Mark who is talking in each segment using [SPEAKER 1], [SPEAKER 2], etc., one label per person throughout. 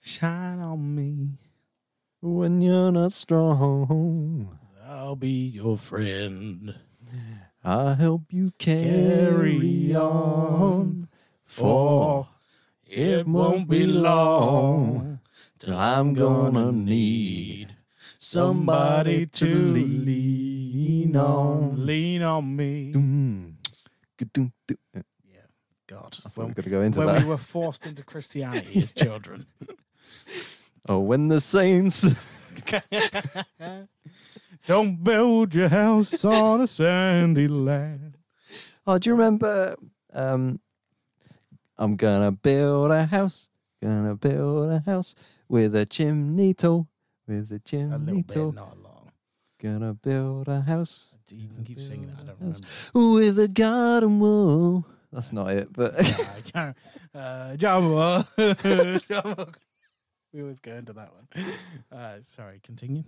[SPEAKER 1] Shine on me.
[SPEAKER 2] When you're not strong,
[SPEAKER 1] I'll be your friend.
[SPEAKER 2] I help you carry,
[SPEAKER 1] Carry
[SPEAKER 2] on.
[SPEAKER 1] on.
[SPEAKER 2] For
[SPEAKER 1] It won't be long till I'm gonna need somebody to lean on. Lean on me.
[SPEAKER 2] Doom, ka-doom, doom.
[SPEAKER 1] God.
[SPEAKER 2] I thought we
[SPEAKER 1] When,
[SPEAKER 2] were going to go into
[SPEAKER 1] when
[SPEAKER 2] that.
[SPEAKER 1] we were forced into Christianity as children.
[SPEAKER 2] oh, when the saints.
[SPEAKER 1] Don't build your house on a sandy land.
[SPEAKER 2] Oh, do you remember? Um, I'm gonna build a house. Gonna build a house with a chimney toe. With a
[SPEAKER 1] A little
[SPEAKER 2] chimney toe.
[SPEAKER 1] bit, not long.
[SPEAKER 2] Gonna build a house
[SPEAKER 1] You can keep singing that. I don't remember.
[SPEAKER 2] House. with a garden wall. That's not it, but
[SPEAKER 1] I can't. Uh, Java. Java. We always go into that one. Uh, sorry, continue.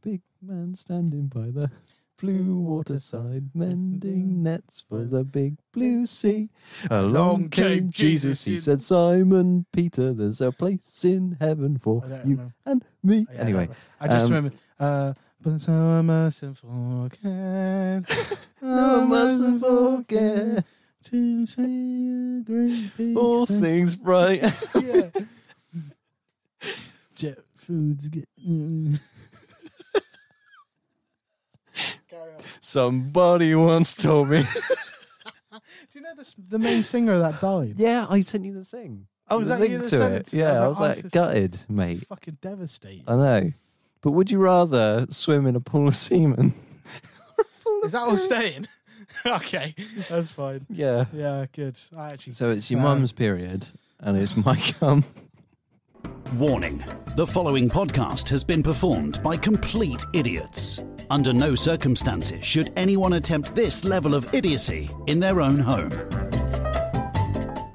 [SPEAKER 2] big man standing by the blue waterside, mending nets for the big blue sea. Mm-hmm. Along came Jesus. He said, "Simon Peter, there's a place in heaven for
[SPEAKER 1] I don't
[SPEAKER 2] you
[SPEAKER 1] remember.
[SPEAKER 2] and me."
[SPEAKER 1] Yeah, I don't
[SPEAKER 2] Anyway.
[SPEAKER 1] remember. I just
[SPEAKER 2] um,
[SPEAKER 1] remember. Uh, but so I mustn't forget.
[SPEAKER 2] I mustn't forget
[SPEAKER 1] to say a great big
[SPEAKER 2] all
[SPEAKER 1] thank
[SPEAKER 2] things bright.
[SPEAKER 1] Yeah. Jet foods. Get, Carry on.
[SPEAKER 2] Somebody once told me.
[SPEAKER 1] Do you know this, the main singer of that died?
[SPEAKER 2] yeah, I sent you the thing.
[SPEAKER 1] Oh, was
[SPEAKER 2] The
[SPEAKER 1] that you that
[SPEAKER 2] link to
[SPEAKER 1] sent
[SPEAKER 2] it?
[SPEAKER 1] it to me?
[SPEAKER 2] Yeah,
[SPEAKER 1] I
[SPEAKER 2] I
[SPEAKER 1] was
[SPEAKER 2] was
[SPEAKER 1] like,
[SPEAKER 2] like,
[SPEAKER 1] "Oh, this is-
[SPEAKER 2] gutted, mate.
[SPEAKER 1] It's fucking devastating.
[SPEAKER 2] I know. But would you rather swim in a pool of semen?
[SPEAKER 1] Is that all staying? okay, that's fine.
[SPEAKER 2] Yeah.
[SPEAKER 1] Yeah, good. I actually.
[SPEAKER 2] So it's your
[SPEAKER 1] Um,
[SPEAKER 2] mum's period and it's my cum.
[SPEAKER 3] Warning The following podcast has been performed by complete idiots. Under no circumstances should anyone attempt this level of idiocy in their own home.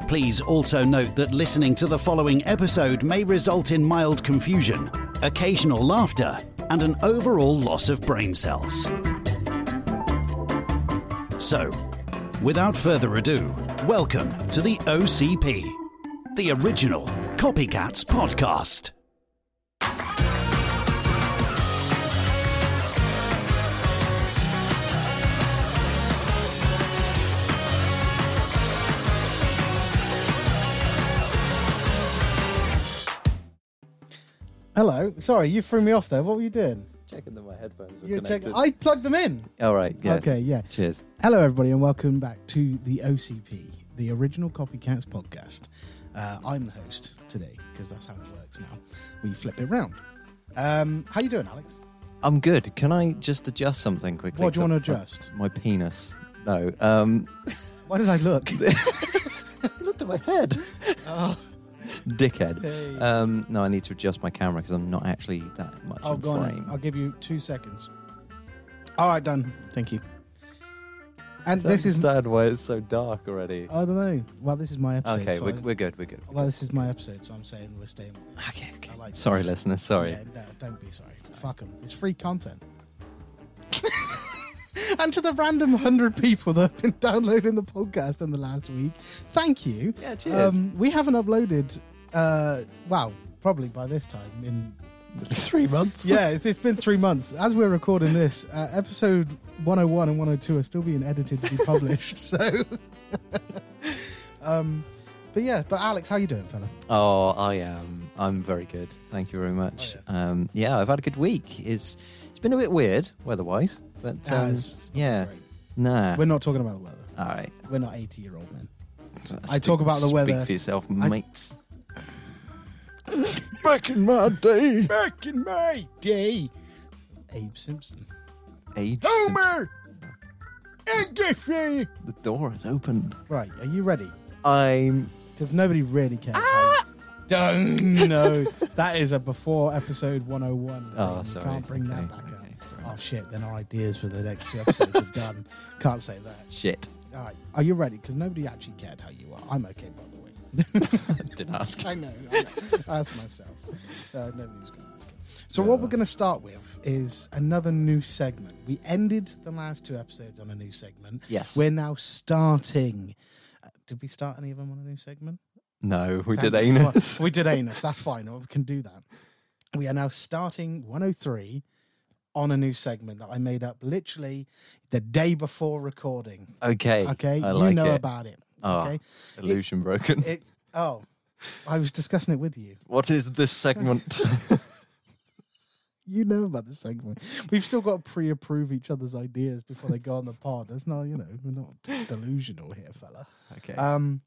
[SPEAKER 3] Please also note that listening to the following episode may result in mild confusion, occasional laughter, and an overall loss of brain cells. So, without further ado, welcome to the OCP, the original Copycats podcast.
[SPEAKER 4] Hello. Sorry, you threw me off there. What were you doing?
[SPEAKER 2] Checking that my headphones
[SPEAKER 4] You were checking. I plugged them in.
[SPEAKER 2] All right. Yeah.
[SPEAKER 4] Okay. Yeah.
[SPEAKER 2] Cheers.
[SPEAKER 4] Hello, everybody, and welcome back to the OCP, the Original Copycats Podcast. Uh, I'm the host today because that's how it works now. We flip it round. Um, how you doing, Alex?
[SPEAKER 2] I'm good. Can I just adjust something quickly?
[SPEAKER 4] What do you
[SPEAKER 2] 'Cause
[SPEAKER 4] want
[SPEAKER 2] I've-
[SPEAKER 4] to
[SPEAKER 2] I've-
[SPEAKER 4] adjust?
[SPEAKER 2] My penis. No. Um,
[SPEAKER 4] Why did I look?
[SPEAKER 2] looked at my head. Dickhead.
[SPEAKER 4] Oh. Hey.
[SPEAKER 2] Um, no, I need to adjust my camera because I'm not actually that much
[SPEAKER 4] oh,
[SPEAKER 2] in
[SPEAKER 4] go on. then.
[SPEAKER 2] frame.
[SPEAKER 4] I'll give you two seconds. All right, done. Thank you. And this Oh, is.
[SPEAKER 2] understand why it's so dark already.
[SPEAKER 4] I don't know. Well, this is my episode.
[SPEAKER 2] okay,
[SPEAKER 4] so
[SPEAKER 2] we're,
[SPEAKER 4] I-
[SPEAKER 2] we're good. We're good.
[SPEAKER 4] well, this is my episode, so I'm saying we're staying. with this.
[SPEAKER 2] Okay, okay.
[SPEAKER 4] I like
[SPEAKER 2] sorry,
[SPEAKER 4] this.
[SPEAKER 2] listeners. Sorry.
[SPEAKER 4] Yeah, no, don't be sorry. Fuck 'em. It's free content. and to the random 100 people that have been downloading the podcast in the last week, thank you. Um,
[SPEAKER 2] Yeah, cheers.
[SPEAKER 4] we haven't uploaded, uh, wow, probably by this time in
[SPEAKER 2] Three months.
[SPEAKER 4] yeah, it's, it's been three months. As we're recording this, uh, episode 101 and 102 are still being edited to be published. so, um, but yeah, but Alex, how you doing, fella?
[SPEAKER 2] Oh, I am. I'm very good. Thank you very much.
[SPEAKER 4] Oh,
[SPEAKER 2] Um, yeah, I've had a good week. It's it's been a bit weird weather-wise, but
[SPEAKER 4] Ah,
[SPEAKER 2] um,
[SPEAKER 4] it's- it's not
[SPEAKER 2] yeah,
[SPEAKER 4] great.
[SPEAKER 2] nah.
[SPEAKER 4] We're not talking about the weather.
[SPEAKER 2] All right.
[SPEAKER 4] We're not 80 year old men.
[SPEAKER 2] Speak-
[SPEAKER 4] talk about the weather.
[SPEAKER 2] Speak for yourself,
[SPEAKER 4] I-
[SPEAKER 2] mate. Back in my day,
[SPEAKER 4] Back in my day. Abe Simpson.
[SPEAKER 2] age.
[SPEAKER 4] English!
[SPEAKER 2] The door is opened.
[SPEAKER 4] Right, are you ready?
[SPEAKER 2] I'm.
[SPEAKER 4] Because nobody really cares. how you- Don't know. that is a before episode 101.
[SPEAKER 2] Oh,
[SPEAKER 4] thing.
[SPEAKER 2] sorry.
[SPEAKER 4] You can't bring
[SPEAKER 2] Okay,
[SPEAKER 4] that back
[SPEAKER 2] okay, fair
[SPEAKER 4] up. Oh, shit, then our ideas for the next two episodes are done. Can't say that.
[SPEAKER 2] Shit.
[SPEAKER 4] All right, are you ready? Because nobody actually cared how you are. I'm okay, by the way.
[SPEAKER 2] Didn't ask.
[SPEAKER 4] I know. I know. I asked myself. Uh, nobody's going to ask it. So what we're going to start with is another new segment. We ended the last two episodes on a new segment.
[SPEAKER 2] Yes.
[SPEAKER 4] We're now starting. uh, Did we start any of them on a new segment?
[SPEAKER 2] No, we
[SPEAKER 4] Thank
[SPEAKER 2] did
[SPEAKER 4] fu-
[SPEAKER 2] anus.
[SPEAKER 4] we did anus. That's fine. We can do that. We are now starting 103 on a new segment that I made up literally the day before recording.
[SPEAKER 2] Okay.
[SPEAKER 4] Okay,
[SPEAKER 2] I
[SPEAKER 4] you
[SPEAKER 2] like
[SPEAKER 4] know
[SPEAKER 2] it.
[SPEAKER 4] about it.
[SPEAKER 2] Oh.
[SPEAKER 4] Okay,
[SPEAKER 2] Illusion broken.
[SPEAKER 4] it. Oh, I was discussing it with you.
[SPEAKER 2] what is this segment?
[SPEAKER 4] You know about this segment. We've still got to pre-approve each other's ideas before they go on the pod. That's not, you know, we're not delusional here, fella.
[SPEAKER 2] okay.
[SPEAKER 4] Um,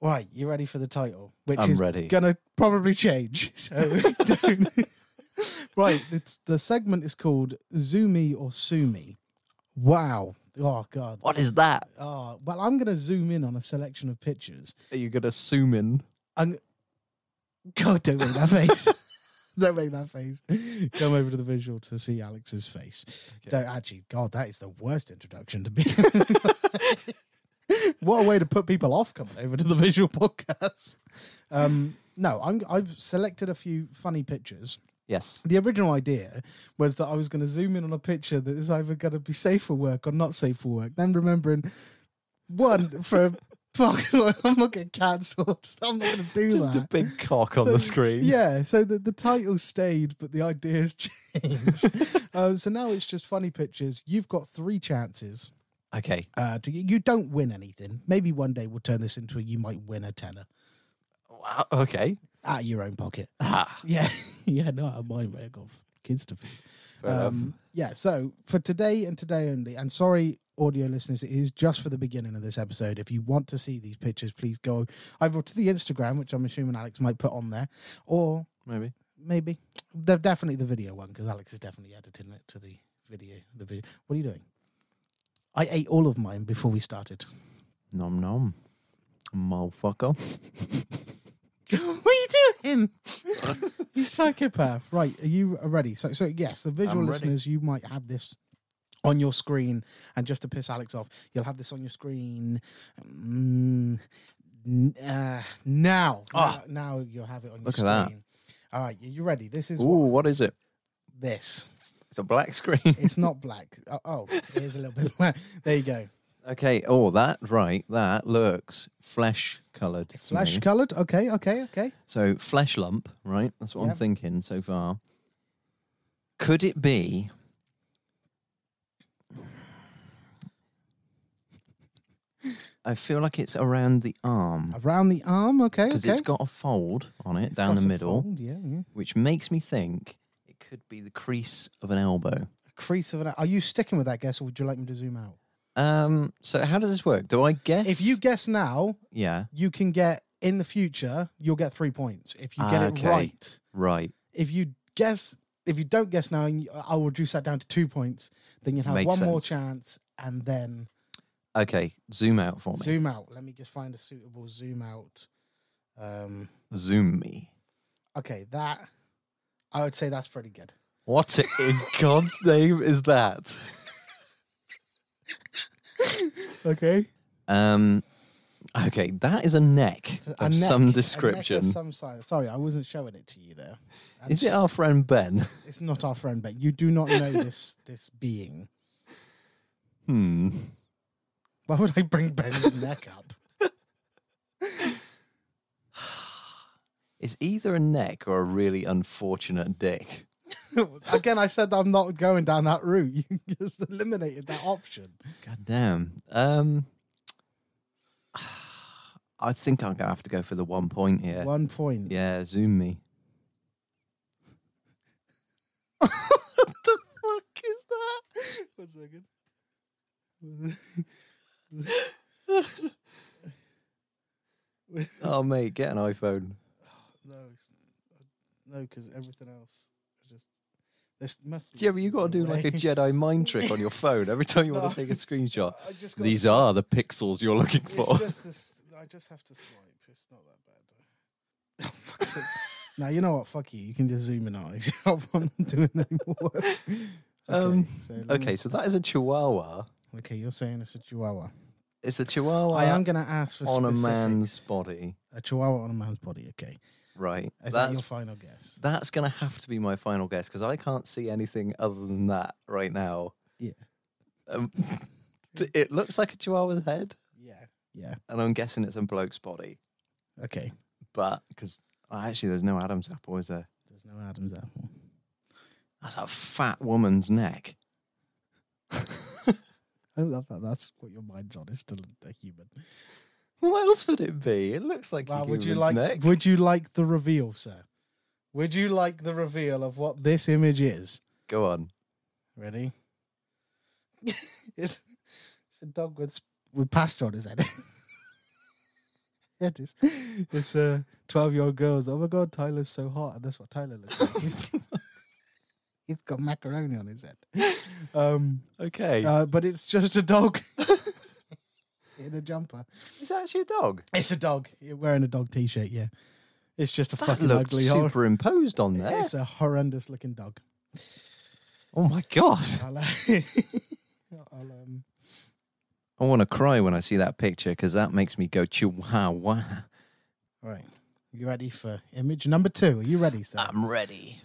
[SPEAKER 4] right, you ready for the title? Which
[SPEAKER 2] I'm
[SPEAKER 4] is
[SPEAKER 2] ready.
[SPEAKER 4] gonna probably change. So don't. right, it's, the segment is called Zoomy or Sumi. Wow. Oh God.
[SPEAKER 2] what is that?
[SPEAKER 4] Oh, well, I'm gonna zoom in on a selection of pictures.
[SPEAKER 2] Are you gonna zoom in?
[SPEAKER 4] I'm... God, don't make that face. don't make that face. Come over to the visual to see Alex's face. Don't actually. God, that is the worst introduction to be. what a way to put people off coming over to the visual podcast. Um, no, I'm, I've selected a few funny pictures.
[SPEAKER 2] Yes.
[SPEAKER 4] The original idea was that I was going to zoom in on a picture that is either going to be safe for work or not safe for work. Then remembering, one for fuck, I'm not getting cancelled. I'm not going to do
[SPEAKER 2] Just
[SPEAKER 4] that.
[SPEAKER 2] a big cock on
[SPEAKER 4] So-
[SPEAKER 2] the screen.
[SPEAKER 4] Yeah, so the, the title stayed, but the ideas changed. um, so now it's just funny pictures. You've got three chances.
[SPEAKER 2] Okay.
[SPEAKER 4] Uh, to, you don't win anything. Maybe one day we'll turn this into a you might win a tenner
[SPEAKER 2] Wow. Okay.
[SPEAKER 4] out of your own pocket.
[SPEAKER 2] Ah,
[SPEAKER 4] Yeah, yeah, no, out of mine, mate. I've got kids to feed. Um,
[SPEAKER 2] fair enough.
[SPEAKER 4] yeah, so for today and today only, and sorry, audio listeners, it is just for the beginning of this episode. If you want to see these pictures, please go either to the Instagram, which I'm assuming Alex might put on there, or
[SPEAKER 2] Maybe.
[SPEAKER 4] maybe. They're definitely the video one because Alex is definitely editing it to the video. The video. What are you doing? I ate all of mine before we started.
[SPEAKER 2] Nom nom. Motherfucker.
[SPEAKER 4] what are you doing? you psychopath. Right, are you ready? So, so yes, the visual
[SPEAKER 2] I'm ready.
[SPEAKER 4] listeners, you might have this on your screen, and just to piss Alex off, you'll have this on your screen. Mm, n- uh, now,
[SPEAKER 2] Ah.
[SPEAKER 4] now, now you'll have it on your
[SPEAKER 2] Look at
[SPEAKER 4] screen.
[SPEAKER 2] that.
[SPEAKER 4] All right, you you ready? This is
[SPEAKER 2] Ooh,
[SPEAKER 4] what,
[SPEAKER 2] what is it?
[SPEAKER 4] this.
[SPEAKER 2] It's a black screen.
[SPEAKER 4] It's not black. Oh, oh it is a little bit black. There you go.
[SPEAKER 2] okay. Oh, that right. That looks flesh coloured.
[SPEAKER 4] Flash coloured. Okay, okay, okay.
[SPEAKER 2] So flesh lump, right? That's what I'm
[SPEAKER 4] Yep.
[SPEAKER 2] thinking so far. Could it be? I feel like it's around the arm
[SPEAKER 4] Around the arm. Okay,
[SPEAKER 2] because
[SPEAKER 4] okay.
[SPEAKER 2] it's got a fold on it
[SPEAKER 4] It's
[SPEAKER 2] down the
[SPEAKER 4] got a
[SPEAKER 2] middle,
[SPEAKER 4] fold, Yeah, yeah.
[SPEAKER 2] which makes me think it could be the crease of an elbow.
[SPEAKER 4] Crease of an. Are you sticking with that guess, or would you like me to zoom out?
[SPEAKER 2] Um. So how does this work? Do I guess?
[SPEAKER 4] If you guess now,
[SPEAKER 2] yeah,
[SPEAKER 4] you can get in the future. You'll get three points if you get
[SPEAKER 2] Ah,
[SPEAKER 4] it
[SPEAKER 2] okay.
[SPEAKER 4] right.
[SPEAKER 2] right.
[SPEAKER 4] If you guess, if you don't guess now, and you- I'll reduce that down to two points. Then you'll have
[SPEAKER 2] Makes
[SPEAKER 4] one more
[SPEAKER 2] sense.
[SPEAKER 4] chance, and then
[SPEAKER 2] Okay, zoom out for me. Zoom,
[SPEAKER 4] zoom out. Let me just find a suitable zoom out. Um.
[SPEAKER 2] me.
[SPEAKER 4] Okay, that. I would say that's pretty good.
[SPEAKER 2] What in God's name is that?
[SPEAKER 4] Okay.
[SPEAKER 2] Um, okay, that is a neck of
[SPEAKER 4] A neck- a
[SPEAKER 2] some
[SPEAKER 4] neck of
[SPEAKER 2] description.
[SPEAKER 4] some size. Sorry, I wasn't showing it to you there. And
[SPEAKER 2] Is it our friend Ben?
[SPEAKER 4] It's not our friend, but you do not know this this being.
[SPEAKER 2] Hmm.
[SPEAKER 4] Why would I bring Ben's neck up?
[SPEAKER 2] It's either a neck or a really unfortunate dick.
[SPEAKER 4] Again, I said I'm not going down that route. You just eliminated that option.
[SPEAKER 2] God damn. Um, I think I'm gonna have to go for the one point here.
[SPEAKER 4] One point.
[SPEAKER 2] Yeah, zoom me.
[SPEAKER 4] what the fuck is that? One second.
[SPEAKER 2] Oh mate, get an iPhone.
[SPEAKER 4] No, it's, uh, no, because everything else is just. This must be
[SPEAKER 2] Yeah, but you got to do like a
[SPEAKER 4] way.
[SPEAKER 2] Jedi mind trick on your phone every time you want to take a screenshot.
[SPEAKER 4] I just got
[SPEAKER 2] These are the pixels you're looking for.
[SPEAKER 4] It's just this. I just have to swipe. It's not that bad. Oh, fuck's sake. Now you know what? Fuck you. You can just zoom in on it. I'm not doing any more. work. Okay,
[SPEAKER 2] Um,
[SPEAKER 4] so let me-
[SPEAKER 2] Okay, so that is a Chihuahua.
[SPEAKER 4] okay, you're saying it's a chihuahua.
[SPEAKER 2] It's a Chihuahua.
[SPEAKER 4] I am gonna ask for
[SPEAKER 2] on a
[SPEAKER 4] specific-
[SPEAKER 2] man's body.
[SPEAKER 4] a chihuahua on a man's body. Okay,
[SPEAKER 2] Right.
[SPEAKER 4] is that your
[SPEAKER 2] that's
[SPEAKER 4] final guess?
[SPEAKER 2] that's going to have to be my final guess because I can't see anything other than that right now.
[SPEAKER 4] Yeah.
[SPEAKER 2] Um, t- it looks like a chihuahua's head,
[SPEAKER 4] Yeah, yeah.
[SPEAKER 2] and I'm guessing it's a bloke's body.
[SPEAKER 4] Okay.
[SPEAKER 2] But because actually, there's no Adam's apple, is there?
[SPEAKER 4] There's no Adam's apple.
[SPEAKER 2] That's a fat woman's neck.
[SPEAKER 4] I love that. That's what your mind's on. It's still a human.
[SPEAKER 2] What else would it be? It looks like
[SPEAKER 4] Well,
[SPEAKER 2] a
[SPEAKER 4] would you like?
[SPEAKER 2] human's neck.
[SPEAKER 4] Would you like the reveal, sir? Would you like the reveal of what this image is?
[SPEAKER 2] Go on.
[SPEAKER 4] Ready? it's, it's a dog with sp- with pasta on his head. it is. It's a twelve year old girl's. Oh my god, Tyler's so hot, and that's what Tyler looks like. He's got macaroni on his head. Um,
[SPEAKER 2] Okay.
[SPEAKER 4] uh, but it's just a dog in a jumper.
[SPEAKER 2] it's actually a dog.
[SPEAKER 4] It's a dog. You're wearing a dog t-shirt, yeah. It's just a
[SPEAKER 2] That
[SPEAKER 4] fucking
[SPEAKER 2] looks
[SPEAKER 4] ugly hor-
[SPEAKER 2] superimposed on there.
[SPEAKER 4] It's a horrendous looking dog.
[SPEAKER 2] Oh my god!
[SPEAKER 4] I'll, uh, I'll, um,
[SPEAKER 2] I want to cry when I see that picture because that makes me go chihuahua.
[SPEAKER 4] right. You ready for image number two? Are you ready, sir?
[SPEAKER 2] I'm ready.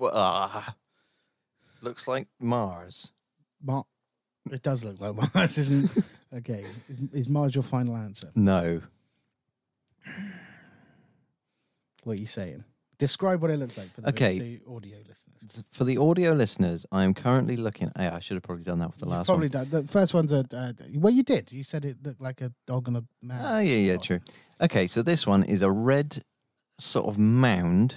[SPEAKER 2] Ah, looks like Mars.
[SPEAKER 4] Mar- it does look like Mars, isn't it? okay. Is, is Mars your final answer?
[SPEAKER 2] No.
[SPEAKER 4] What are you saying? Describe what it looks like for the,
[SPEAKER 2] Okay.
[SPEAKER 4] the audio listeners.
[SPEAKER 2] For the audio listeners, I am currently looking. Hey, I should have probably done that for the
[SPEAKER 4] You've
[SPEAKER 2] last
[SPEAKER 4] probably
[SPEAKER 2] one.
[SPEAKER 4] done the first one's a uh, well. You did. You said it looked like a dog and a man.
[SPEAKER 2] Oh, yeah, yeah, true. Okay, so this one is a red sort of mound.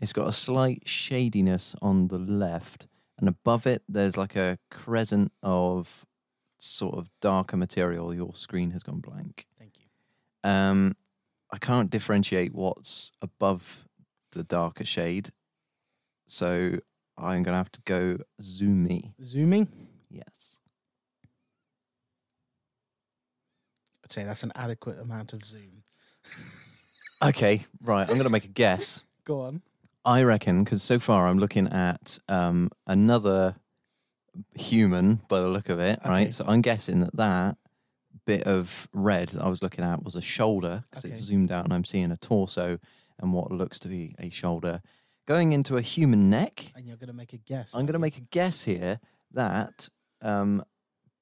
[SPEAKER 2] It's got a slight shadiness on the left, and above it, there's like a crescent of sort of darker material. Your screen has gone blank.
[SPEAKER 4] Thank you.
[SPEAKER 2] Um, I can't differentiate what's above the darker shade, so I'm gonna have to go zoomy.
[SPEAKER 4] Zooming.
[SPEAKER 2] Yes,
[SPEAKER 4] I'd say that's an adequate amount of zoom.
[SPEAKER 2] okay, right. I'm gonna make a guess.
[SPEAKER 4] Go on.
[SPEAKER 2] I reckon because so far I'm looking at um, another human by the look of it,
[SPEAKER 4] Okay.
[SPEAKER 2] right? So I'm guessing that that bit of red that I was looking at was a shoulder because
[SPEAKER 4] Okay.
[SPEAKER 2] it's zoomed out and I'm seeing a torso and what looks to be a shoulder going into a human neck.
[SPEAKER 4] And you're going to make a guess.
[SPEAKER 2] I'm going to make a guess here that um,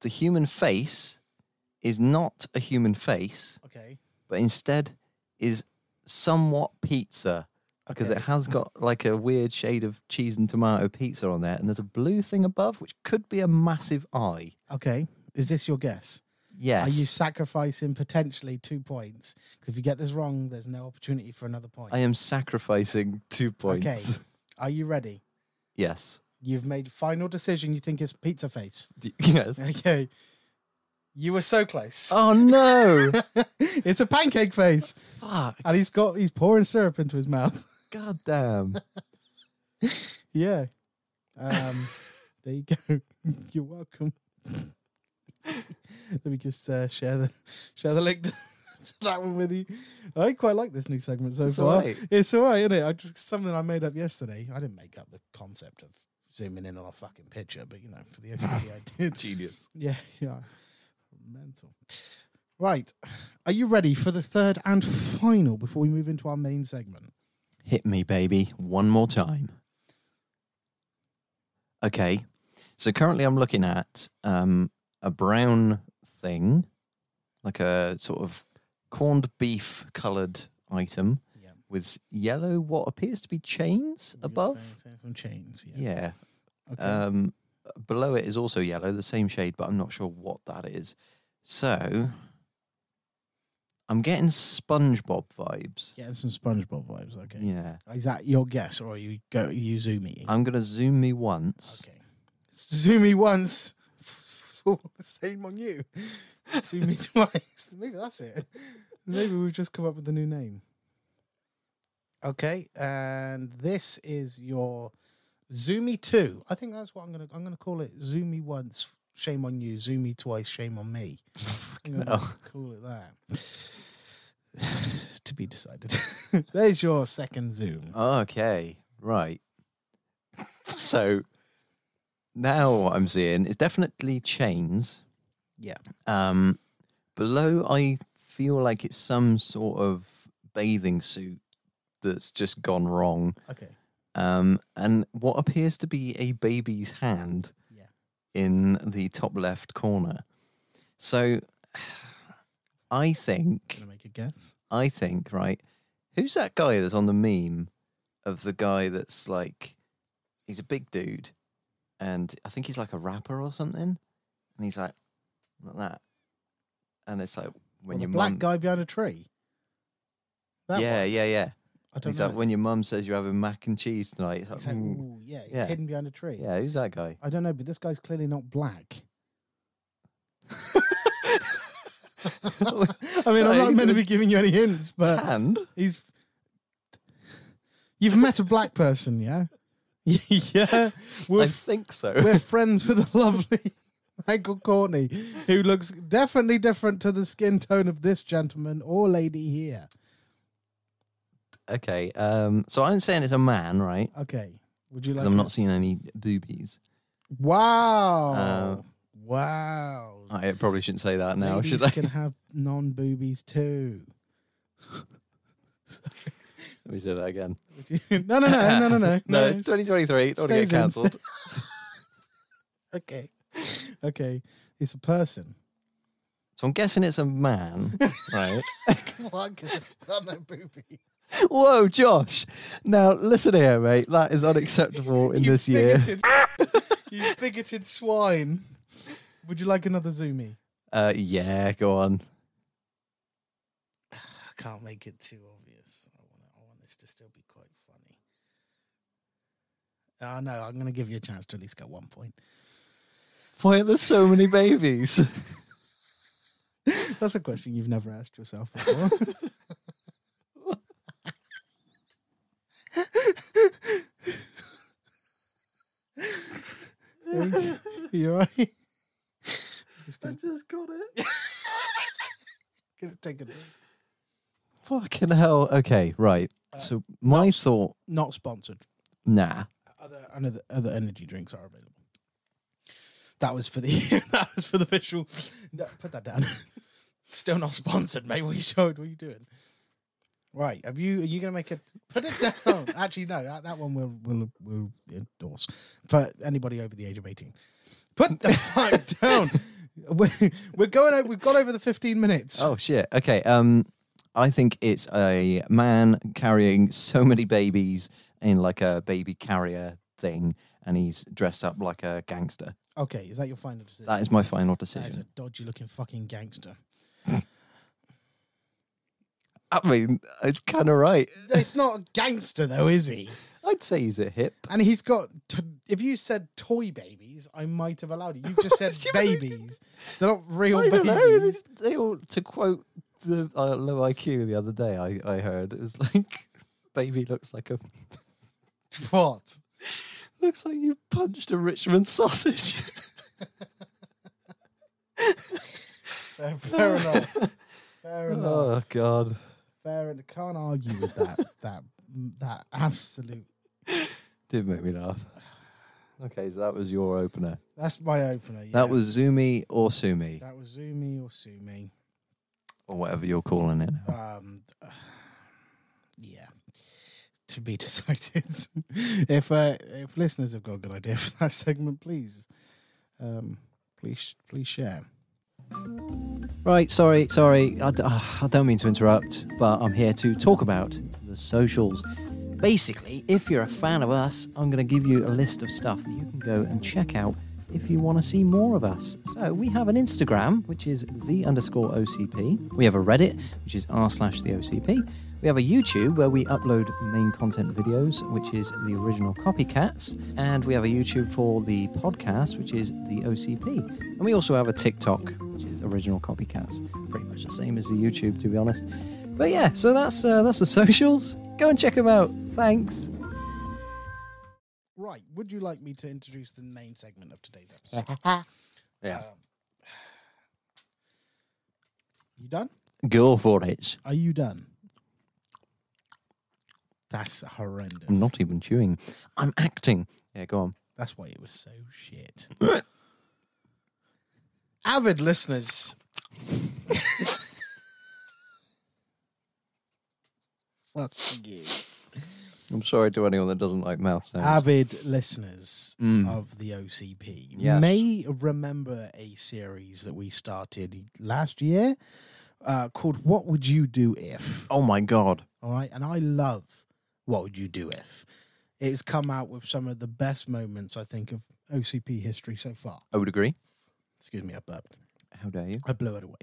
[SPEAKER 2] the human face is not a human face,
[SPEAKER 4] Okay.
[SPEAKER 2] but instead is somewhat pizza because it
[SPEAKER 4] Okay.
[SPEAKER 2] has got like a weird shade of cheese and tomato pizza on there, and there's a blue thing above which could be a massive eye.
[SPEAKER 4] Okay. Is this your guess?
[SPEAKER 2] Yes.
[SPEAKER 4] Are you sacrificing potentially two points? 'Cause if you get this wrong, there's no opportunity for another point.
[SPEAKER 2] I am sacrificing two points.
[SPEAKER 4] Okay. Are you ready?
[SPEAKER 2] Yes.
[SPEAKER 4] You've made final decision. You think it's pizza face.
[SPEAKER 2] D- Yes.
[SPEAKER 4] Okay. You were so close.
[SPEAKER 2] Oh no!
[SPEAKER 4] it's a pancake face,
[SPEAKER 2] Fuck!
[SPEAKER 4] and he's got he's pouring syrup into his mouth.
[SPEAKER 2] God damn!
[SPEAKER 4] Yeah. Um, there you go. You're welcome. Let me just uh, share the share the link to that one with you. I quite like this new segment so
[SPEAKER 2] It's
[SPEAKER 4] far.
[SPEAKER 2] alright.
[SPEAKER 4] It's all right, isn't it? I just something I made up yesterday. I didn't make up the concept of zooming in on a fucking picture, but you know, for the OCD I did.
[SPEAKER 2] Genius.
[SPEAKER 4] Yeah, yeah. Mental. Right. Are you ready for the third and final before we move into our main segment?
[SPEAKER 2] Hit me, baby, one more time. Okay. So currently I'm looking at um, a brown thing, like a sort of corned beef coloured item
[SPEAKER 4] Yeah.
[SPEAKER 2] with yellow, what appears to be chains above.
[SPEAKER 4] some chains. Yeah.
[SPEAKER 2] Yeah.
[SPEAKER 4] Okay.
[SPEAKER 2] Um, below it is also yellow, the same shade, but I'm not sure what that is. So I'm getting SpongeBob vibes.
[SPEAKER 4] Getting some SpongeBob vibes. Okay.
[SPEAKER 2] Yeah.
[SPEAKER 4] Is that your guess, or are you go are you zoomy?
[SPEAKER 2] I'm going to zoom me once.
[SPEAKER 4] Okay. Zoomy once. It's all the same on you. Zoomy twice. Maybe that's it. Maybe we've just come up with a new name. Okay, and this is your Zoomy two. I think that's what I'm gonna I'm gonna call it. Zoomy once. Shame on you. Zoomy twice. Shame on me. I'm gonna
[SPEAKER 2] hell.
[SPEAKER 4] call it that. to be decided. There's your second zoom.
[SPEAKER 2] Okay, right. so now what I'm seeing is definitely chains.
[SPEAKER 4] Yeah.
[SPEAKER 2] Um, below, I feel like it's some sort of bathing suit that's just gone wrong.
[SPEAKER 4] Okay.
[SPEAKER 2] Um, and what appears to be a baby's hand
[SPEAKER 4] Yeah.
[SPEAKER 2] in the top left corner. So I think,
[SPEAKER 4] Gonna make a guess.
[SPEAKER 2] I think, right? Who's that guy that's on the meme of the guy that's like, he's a big dude, and I think he's like a rapper or something, and he's like, like that, and it's like
[SPEAKER 4] Well,
[SPEAKER 2] when
[SPEAKER 4] the
[SPEAKER 2] your
[SPEAKER 4] black
[SPEAKER 2] mum,
[SPEAKER 4] guy behind a tree. That
[SPEAKER 2] yeah,
[SPEAKER 4] one.
[SPEAKER 2] yeah, yeah.
[SPEAKER 4] I don't
[SPEAKER 2] He's
[SPEAKER 4] know.
[SPEAKER 2] like when your mum says you're having mac and cheese tonight. It's like,
[SPEAKER 4] It's like,
[SPEAKER 2] "Ooh."
[SPEAKER 4] ooh, yeah, it's
[SPEAKER 2] Yeah.
[SPEAKER 4] hidden behind a tree.
[SPEAKER 2] yeah, who's that guy?
[SPEAKER 4] I don't know, but this guy's clearly not black. I mean, I'm
[SPEAKER 2] No,
[SPEAKER 4] not meant to be
[SPEAKER 2] he's
[SPEAKER 4] giving you any hints, but
[SPEAKER 2] Tan?
[SPEAKER 4] he's. You've met a black person, yeah? yeah. We're,
[SPEAKER 2] I
[SPEAKER 4] f-
[SPEAKER 2] think so.
[SPEAKER 4] we're friends with a lovely Michael Courtney, who looks definitely different to the skin tone of this gentleman or lady here.
[SPEAKER 2] Okay, um, so I'm saying it's a man, right?
[SPEAKER 4] Okay. Would you like
[SPEAKER 2] Because I'm
[SPEAKER 4] to-
[SPEAKER 2] not seeing any boobies. Uh,
[SPEAKER 4] Wow. wow.
[SPEAKER 2] I probably shouldn't say that now,
[SPEAKER 4] Ladies
[SPEAKER 2] should I?
[SPEAKER 4] can have non boobies too.
[SPEAKER 2] Let me say that again.
[SPEAKER 4] no, no, no, no, no, no.
[SPEAKER 2] no, it's 2023. Don't wanna
[SPEAKER 4] stays
[SPEAKER 2] get
[SPEAKER 4] in,
[SPEAKER 2] cancelled.
[SPEAKER 4] okay. Okay. It's a person.
[SPEAKER 2] So I'm guessing it's a man, right?
[SPEAKER 4] Come on, because Oh, it's got no boobies.
[SPEAKER 2] Whoa, Josh! Now listen here, mate. That is unacceptable in this year.
[SPEAKER 4] you bigoted swine. Would you like another zoomie?
[SPEAKER 2] Uh, yeah, go on.
[SPEAKER 4] I can't make it too obvious. I want, I want this to still be quite funny. Oh, no, I'm going to give you a chance to at least get one point.
[SPEAKER 2] Why are there so many babies?
[SPEAKER 4] That's a question you've never asked yourself before. Are you alright? Just gonna,
[SPEAKER 2] just got it.
[SPEAKER 4] gonna take a
[SPEAKER 2] Fucking hell. Okay, right.
[SPEAKER 4] Uh,
[SPEAKER 2] So my thought,
[SPEAKER 4] Not sponsored.
[SPEAKER 2] nah.
[SPEAKER 4] Other, other other energy drinks are available. That was for the that was for the visual. No, put that down. Still not sponsored, mate. What are you showing? What are you doing? Right, have you? Are you going to make it? Put it down. Actually, no. That, that one will will will endorse for anybody over the age of eighteen. Put the fuck down. We're, we're going. Over, we've gone over the fifteen minutes.
[SPEAKER 2] Oh shit. Okay. Um, I think it's a man carrying so many babies in like a baby carrier thing, and he's dressed up like a gangster.
[SPEAKER 4] Okay, is that your final decision?
[SPEAKER 2] That is my final
[SPEAKER 4] that is a
[SPEAKER 2] decision.
[SPEAKER 4] dodgy looking fucking gangster.
[SPEAKER 2] I mean, it's kind of right.
[SPEAKER 4] It's not a gangster though, is he?
[SPEAKER 2] I'd say he's a hip.
[SPEAKER 4] And he's got. T- if you said toy babies, I might have allowed it. You just said babies. They're not real
[SPEAKER 2] I don't know.
[SPEAKER 4] babies.
[SPEAKER 2] They all, to quote the uh, low IQ the other day, I, I heard it was like, "Baby looks like a
[SPEAKER 4] What?
[SPEAKER 2] looks like you punched a Richmond sausage."
[SPEAKER 4] Fair, fair enough. Fair enough.
[SPEAKER 2] oh God.
[SPEAKER 4] Fair enough. Can't argue with that. That that absolute.
[SPEAKER 2] Did make me laugh. Okay, so that was your opener.
[SPEAKER 4] That's my opener. Yeah.
[SPEAKER 2] That was Zumi or Sumi
[SPEAKER 4] that was Zumi or Sumi.
[SPEAKER 2] or whatever you're calling it. now.
[SPEAKER 4] Um, yeah, to be decided. if uh, if listeners have got a good idea for that segment, please, um, please, please share.
[SPEAKER 2] Right, sorry, sorry. I, d- ah, I don't mean to interrupt, but I'm here to talk about the socials. Basically, if you're a fan of us, I'm going to give you a list of stuff that you can go and check out if you want to see more of us. So we have an Instagram, which is the underscore OCP. We have a Reddit, which is r slash the OCP. We have a YouTube where we upload main content videos, which is the original copycats, and we have a YouTube for the podcast, which is the OCP. And we also have a TikTok, which is original copycats, pretty much the same as the YouTube, to be honest. But yeah, so that's uh, that's the socials. Go and check them out. Thanks.
[SPEAKER 4] Right, would you like me to introduce the main segment of today's episode?
[SPEAKER 2] Yeah,
[SPEAKER 4] you done?
[SPEAKER 2] go for it.
[SPEAKER 4] Are you done? That's horrendous.
[SPEAKER 2] I'm not even chewing. I'm acting. Yeah, go on.
[SPEAKER 4] That's why it was so shit. Avid listeners. Fuck you.
[SPEAKER 2] I'm sorry to anyone that doesn't like mouth sounds.
[SPEAKER 4] Avid listeners of the OCP
[SPEAKER 2] Yes.
[SPEAKER 4] may remember a series that we started last year uh, called "What Would You Do If."
[SPEAKER 2] Oh my god.
[SPEAKER 4] All right, and I love "What Would You Do If." It's come out with some of the best moments I think of OCP history so far.
[SPEAKER 2] I would agree.
[SPEAKER 4] Excuse me, I burped.
[SPEAKER 2] How dare you?
[SPEAKER 4] I blew it away.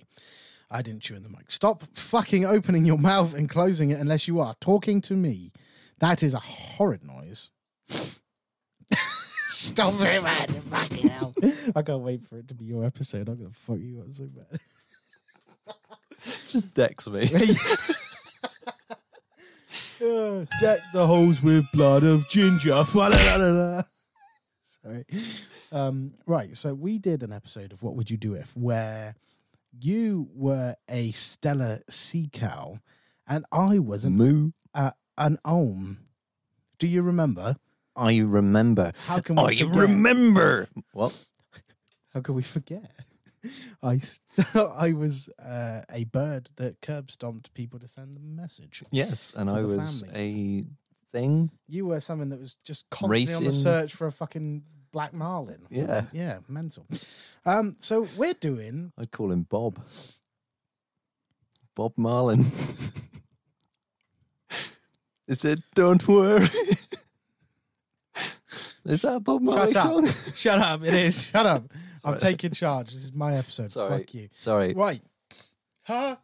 [SPEAKER 4] I didn't chew in the mic. Stop fucking opening your mouth and closing it unless you are talking to me. That is a horrid noise. Stop it, man. Fucking hell. I can't wait for it to be your episode. I'm going to fuck you up so bad.
[SPEAKER 2] Just decks me.
[SPEAKER 4] Uh, Deck the holes with blood of ginger. Fa-la-la-la-la. Sorry. Um, right, so we did an episode of What Would You Do If, where you were a stellar sea cow and I was an,
[SPEAKER 2] Moo.
[SPEAKER 4] an ohm. Do you remember?
[SPEAKER 2] I remember.
[SPEAKER 4] How can we
[SPEAKER 3] Oh,
[SPEAKER 2] I
[SPEAKER 4] forget?
[SPEAKER 2] remember. Well,
[SPEAKER 4] How can we forget? I st- I was uh, a bird that curb stomped people to send them a message.
[SPEAKER 2] yes, and
[SPEAKER 4] To
[SPEAKER 2] I
[SPEAKER 4] the
[SPEAKER 2] was a thing.
[SPEAKER 4] You were something that was just constantly on the
[SPEAKER 2] Racing.
[SPEAKER 4] search for a fucking black marlin.
[SPEAKER 2] Yeah.
[SPEAKER 4] Yeah, mental. Um, so we're doing
[SPEAKER 2] I'd call him Bob. Bob Marlin. Is it Don't Worry? Is that a Bob Marley
[SPEAKER 4] Shut up.
[SPEAKER 2] song?
[SPEAKER 4] Shut up. It is. Shut up. I'm
[SPEAKER 2] Oh, Sorry.
[SPEAKER 4] taking charge. This is my episode.
[SPEAKER 2] Sorry.
[SPEAKER 4] Fuck you.
[SPEAKER 2] Sorry.
[SPEAKER 4] Right. Huh?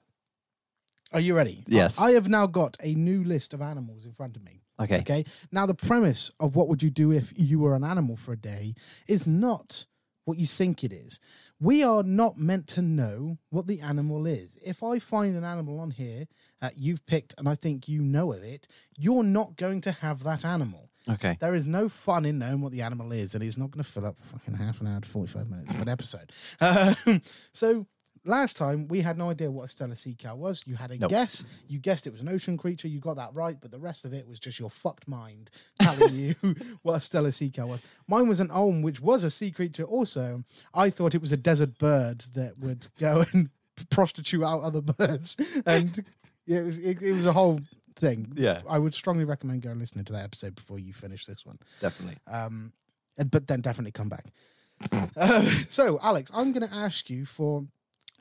[SPEAKER 4] Are you ready?
[SPEAKER 2] Yes.
[SPEAKER 4] I have now got a new list of animals in front of me.
[SPEAKER 2] Okay.
[SPEAKER 4] Okay. Now, the premise of what would you do if you were an animal for a day is not what you think it is. We are not meant to know what the animal is. If I find an animal on here that you've picked and I think you know of it, you're not going to have that animal.
[SPEAKER 2] Okay.
[SPEAKER 4] There is no fun in knowing what the animal is, and it's not going to fill up fucking half an hour to 45 minutes of an episode. Um, so, last time we had no idea what a stellar sea cow was. You had a
[SPEAKER 2] Nope.
[SPEAKER 4] guess. You guessed it was an ocean creature. You got that right, but the rest of it was just your fucked mind telling you what a stellar sea cow was. Mine was an olm, which was a sea creature also. I thought it was a desert bird that would go and prostitute out other birds. And it was, it, it was a whole thing.
[SPEAKER 2] Yeah,
[SPEAKER 4] I would strongly recommend going and listening to that episode before you finish this one.
[SPEAKER 2] definitely.
[SPEAKER 4] Um, and- but then definitely come back. Uh, so, Alex, I'm going to ask you for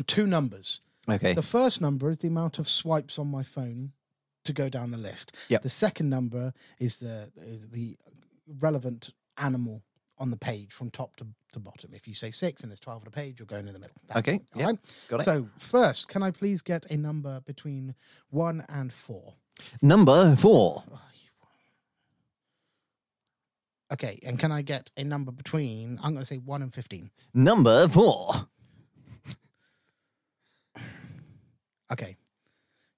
[SPEAKER 4] two numbers.
[SPEAKER 2] Okay.
[SPEAKER 4] The first number is the amount of swipes on my phone to go down the list.
[SPEAKER 2] Yep.
[SPEAKER 4] The second number is the is the relevant animal on the page from top to, to bottom. If you say six and there's 12 on the page, you're going in the middle. That
[SPEAKER 2] Okay,
[SPEAKER 4] one, all
[SPEAKER 2] yep, got it.
[SPEAKER 4] So, first, can I please get a number between one and four?
[SPEAKER 2] Number four.
[SPEAKER 4] Okay, and can I get a number between? I'm going to say one and fifteen.
[SPEAKER 2] Number four.
[SPEAKER 4] Okay,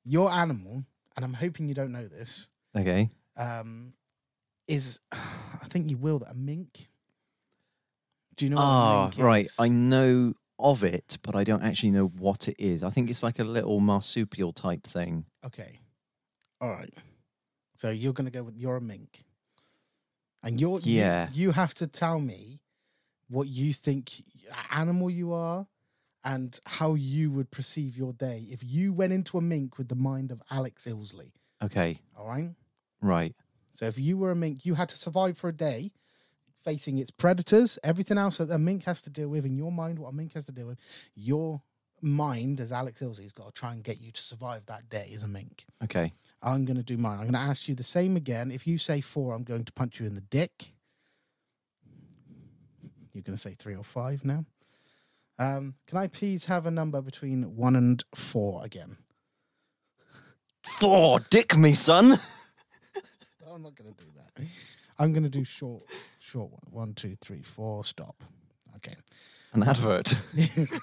[SPEAKER 4] your animal, and I'm hoping you don't know this,
[SPEAKER 2] Okay.
[SPEAKER 4] um, is I think you will a mink. Do you know? What a
[SPEAKER 2] Ah,
[SPEAKER 4] mink
[SPEAKER 2] right.
[SPEAKER 4] is?
[SPEAKER 2] I know of it, but I don't actually know what it is. I think it's like a little marsupial type thing.
[SPEAKER 4] Okay, all right. So you're going to go with you're a mink, and you're you-
[SPEAKER 2] Yeah.
[SPEAKER 4] You, have to tell me what you think a- animal you are. And how you would perceive your day if you went into a mink with the mind of Alex Ilsley.
[SPEAKER 2] Okay.
[SPEAKER 4] All right.
[SPEAKER 2] Right.
[SPEAKER 4] So if you were a mink, you had to survive for a day facing its predators, everything else that a mink has to deal with, in your mind, what a mink has to deal with, your mind, as Alex Ilsey, has got to try and get you to survive that day as a mink.
[SPEAKER 2] Okay.
[SPEAKER 4] I'm going to do mine. I'm going to ask you the same again. If you say four, I'm going to punch you in the dick. You're going to say three or five now. Um, can I please have a number between one and four again?
[SPEAKER 2] Thor, dick me, son.
[SPEAKER 4] I'm not going to do that. I'm going to do short, short one. One, two, three, four. Stop. Okay.
[SPEAKER 2] An advert.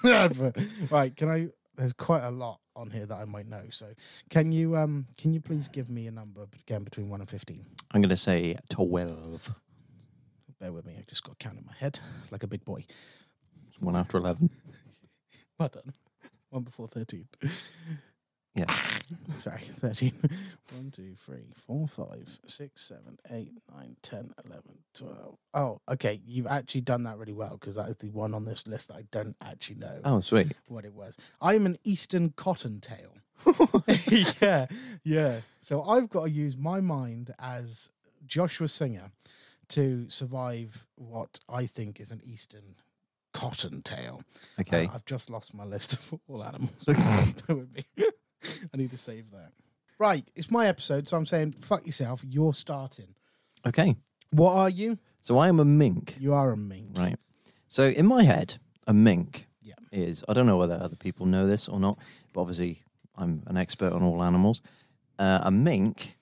[SPEAKER 4] Advert. right. Can I? There's quite a lot on here that I might know. So can you um can you please give me a number b- again between one and fifteen?
[SPEAKER 2] I'm going to say 12.
[SPEAKER 4] Bear with me. I just got to count in my head like a big boy.
[SPEAKER 2] It's One after 11.
[SPEAKER 4] Well done. One before thirteen.
[SPEAKER 2] Yeah.
[SPEAKER 4] Sorry, thirteen. One, two, three, four, five, six, seven, eight, nine, ten, eleven, twelve. Oh, okay. You've actually done that really well because that is the one on this list that I don't actually know.
[SPEAKER 2] Oh, sweet.
[SPEAKER 4] what it was. I'm an Eastern cottontail. yeah, yeah. So I've got to use my mind as Joshua Singer to survive what I think is an Eastern cottontail.
[SPEAKER 2] Okay.
[SPEAKER 4] Uh, I've just lost my list of all animals. Bear with me. I need to save that. Right, it's my episode, so I'm saying fuck yourself. You're starting.
[SPEAKER 2] okay.
[SPEAKER 4] What are you?
[SPEAKER 2] So I am a mink.
[SPEAKER 4] You are a mink.
[SPEAKER 2] Right. So in my head, a mink
[SPEAKER 4] Yeah.
[SPEAKER 2] is I don't know whether other people know this or not, but obviously I'm an expert on all animals. Uh, a mink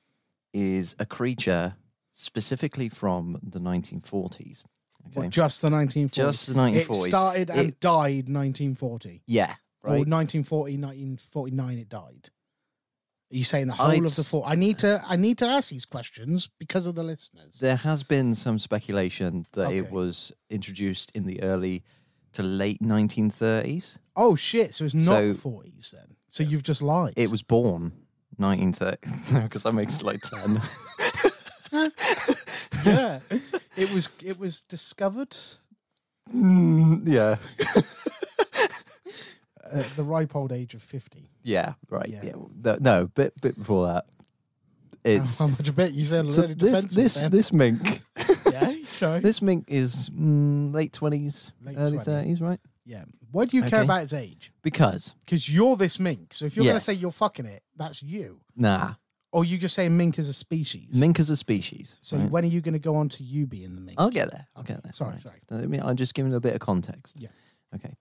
[SPEAKER 2] is a creature specifically from the 1940s.
[SPEAKER 4] Well,
[SPEAKER 2] Okay.
[SPEAKER 4] just the 1940s.
[SPEAKER 2] Just the 1940s.
[SPEAKER 4] It started and
[SPEAKER 2] It-
[SPEAKER 4] died 1940.
[SPEAKER 2] yeah.
[SPEAKER 4] Or
[SPEAKER 2] Right.
[SPEAKER 4] 1940, 1949 it died. Are you saying the whole
[SPEAKER 2] I'd
[SPEAKER 4] of the
[SPEAKER 2] s-
[SPEAKER 4] four? I need to I need to ask these questions because of the listeners.
[SPEAKER 2] There has been some speculation that
[SPEAKER 4] Okay.
[SPEAKER 2] it was introduced in the early to late 1930s.
[SPEAKER 4] Oh shit! So it's not
[SPEAKER 2] So-
[SPEAKER 4] 40s then. So you've just lied.
[SPEAKER 2] It was born 1930 because that makes it like 10.
[SPEAKER 4] yeah. it was it was discovered
[SPEAKER 2] Mm, yeah.
[SPEAKER 4] at uh, the ripe old age of 50.
[SPEAKER 2] Yeah, right.
[SPEAKER 4] Yeah.
[SPEAKER 2] Yeah. well, th- No, bit bit before that. It's
[SPEAKER 4] How much a bit? You sound
[SPEAKER 2] so
[SPEAKER 4] really
[SPEAKER 2] this
[SPEAKER 4] Ah, defensive.
[SPEAKER 2] this
[SPEAKER 4] then.
[SPEAKER 2] this mink.
[SPEAKER 4] yeah, sorry.
[SPEAKER 2] This mink is mm, late twenties,
[SPEAKER 4] Late
[SPEAKER 2] early
[SPEAKER 4] 20s.
[SPEAKER 2] thirties, right?
[SPEAKER 4] yeah. Why do you care
[SPEAKER 2] Okay.
[SPEAKER 4] about its age?
[SPEAKER 2] Because
[SPEAKER 4] Because you're this mink. So if you're going to
[SPEAKER 2] Yes.
[SPEAKER 4] say you're fucking it, that's you.
[SPEAKER 2] nah,
[SPEAKER 4] Or you just saying mink is a species.
[SPEAKER 2] mink is a species.
[SPEAKER 4] So
[SPEAKER 2] right? Oh.
[SPEAKER 4] when are you going to go on to you being the mink?
[SPEAKER 2] I'll get there. I'll get there.
[SPEAKER 4] Sorry,
[SPEAKER 2] right.
[SPEAKER 4] sorry.
[SPEAKER 2] I mean, I'm just giving a bit of context.
[SPEAKER 4] Yeah.
[SPEAKER 2] Okay.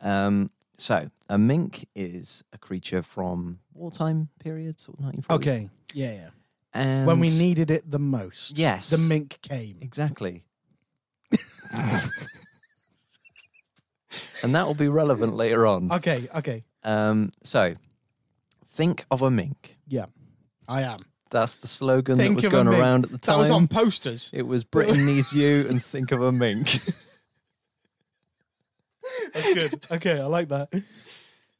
[SPEAKER 2] Um. So a mink is a creature from wartime period, sort of 1940s.
[SPEAKER 4] Okay. Yeah, yeah.
[SPEAKER 2] And
[SPEAKER 4] when we needed it the most.
[SPEAKER 2] yes,
[SPEAKER 4] The mink came.
[SPEAKER 2] Exactly. and that will be relevant later on.
[SPEAKER 4] Okay, okay.
[SPEAKER 2] Um, so, think of a mink.
[SPEAKER 4] Yeah. I am.
[SPEAKER 2] That's the slogan
[SPEAKER 4] Think
[SPEAKER 2] that was
[SPEAKER 4] of a
[SPEAKER 2] going
[SPEAKER 4] mink.
[SPEAKER 2] around at the
[SPEAKER 4] That
[SPEAKER 2] time.
[SPEAKER 4] was on posters.
[SPEAKER 2] It was Britain needs you and think of a mink.
[SPEAKER 4] That's good. Okay, I like that.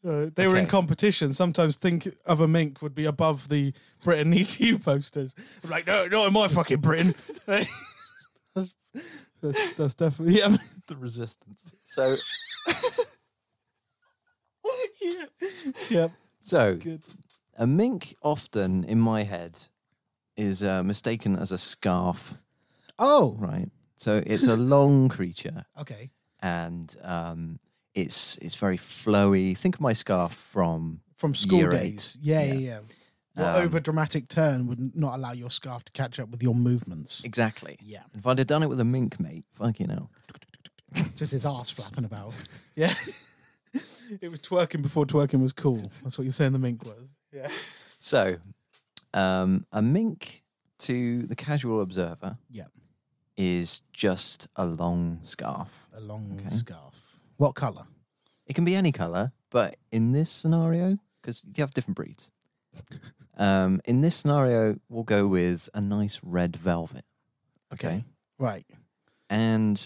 [SPEAKER 4] Uh, they were in
[SPEAKER 2] Okay.
[SPEAKER 4] competition. Sometimes think of a mink would be above the Britain needs you posters. I'm like, no, not in my fucking Britain. that's, that's, that's definitely yeah.
[SPEAKER 2] the resistance. So,
[SPEAKER 4] yeah. Yep.
[SPEAKER 2] so
[SPEAKER 4] Good.
[SPEAKER 2] a mink often in my head is uh, mistaken as a scarf,
[SPEAKER 4] Oh,
[SPEAKER 2] right? So it's a long creature.
[SPEAKER 4] okay.
[SPEAKER 2] and um, it's it's very flowy. Think of my scarf from
[SPEAKER 4] From school
[SPEAKER 2] Year eight.
[SPEAKER 4] days. Yeah, yeah, yeah. What
[SPEAKER 2] Um,
[SPEAKER 4] over dramatic turn would not allow your scarf to catch up with your movements?
[SPEAKER 2] exactly.
[SPEAKER 4] Yeah.
[SPEAKER 2] If I'd have done it with a mink, mate, fucking hell.
[SPEAKER 4] Just his ass flapping about. Yeah. it was twerking before twerking was cool. That's what you're saying the mink was. Yeah.
[SPEAKER 2] So, um, a mink to the casual observer,
[SPEAKER 4] Yeah.
[SPEAKER 2] is just a long scarf.
[SPEAKER 4] A long
[SPEAKER 2] Okay.
[SPEAKER 4] scarf. What colour?
[SPEAKER 2] It can be any color, but in this scenario, because you have different breeds. Um, in this scenario, we'll go with a nice red velvet. okay.
[SPEAKER 4] Right.
[SPEAKER 2] And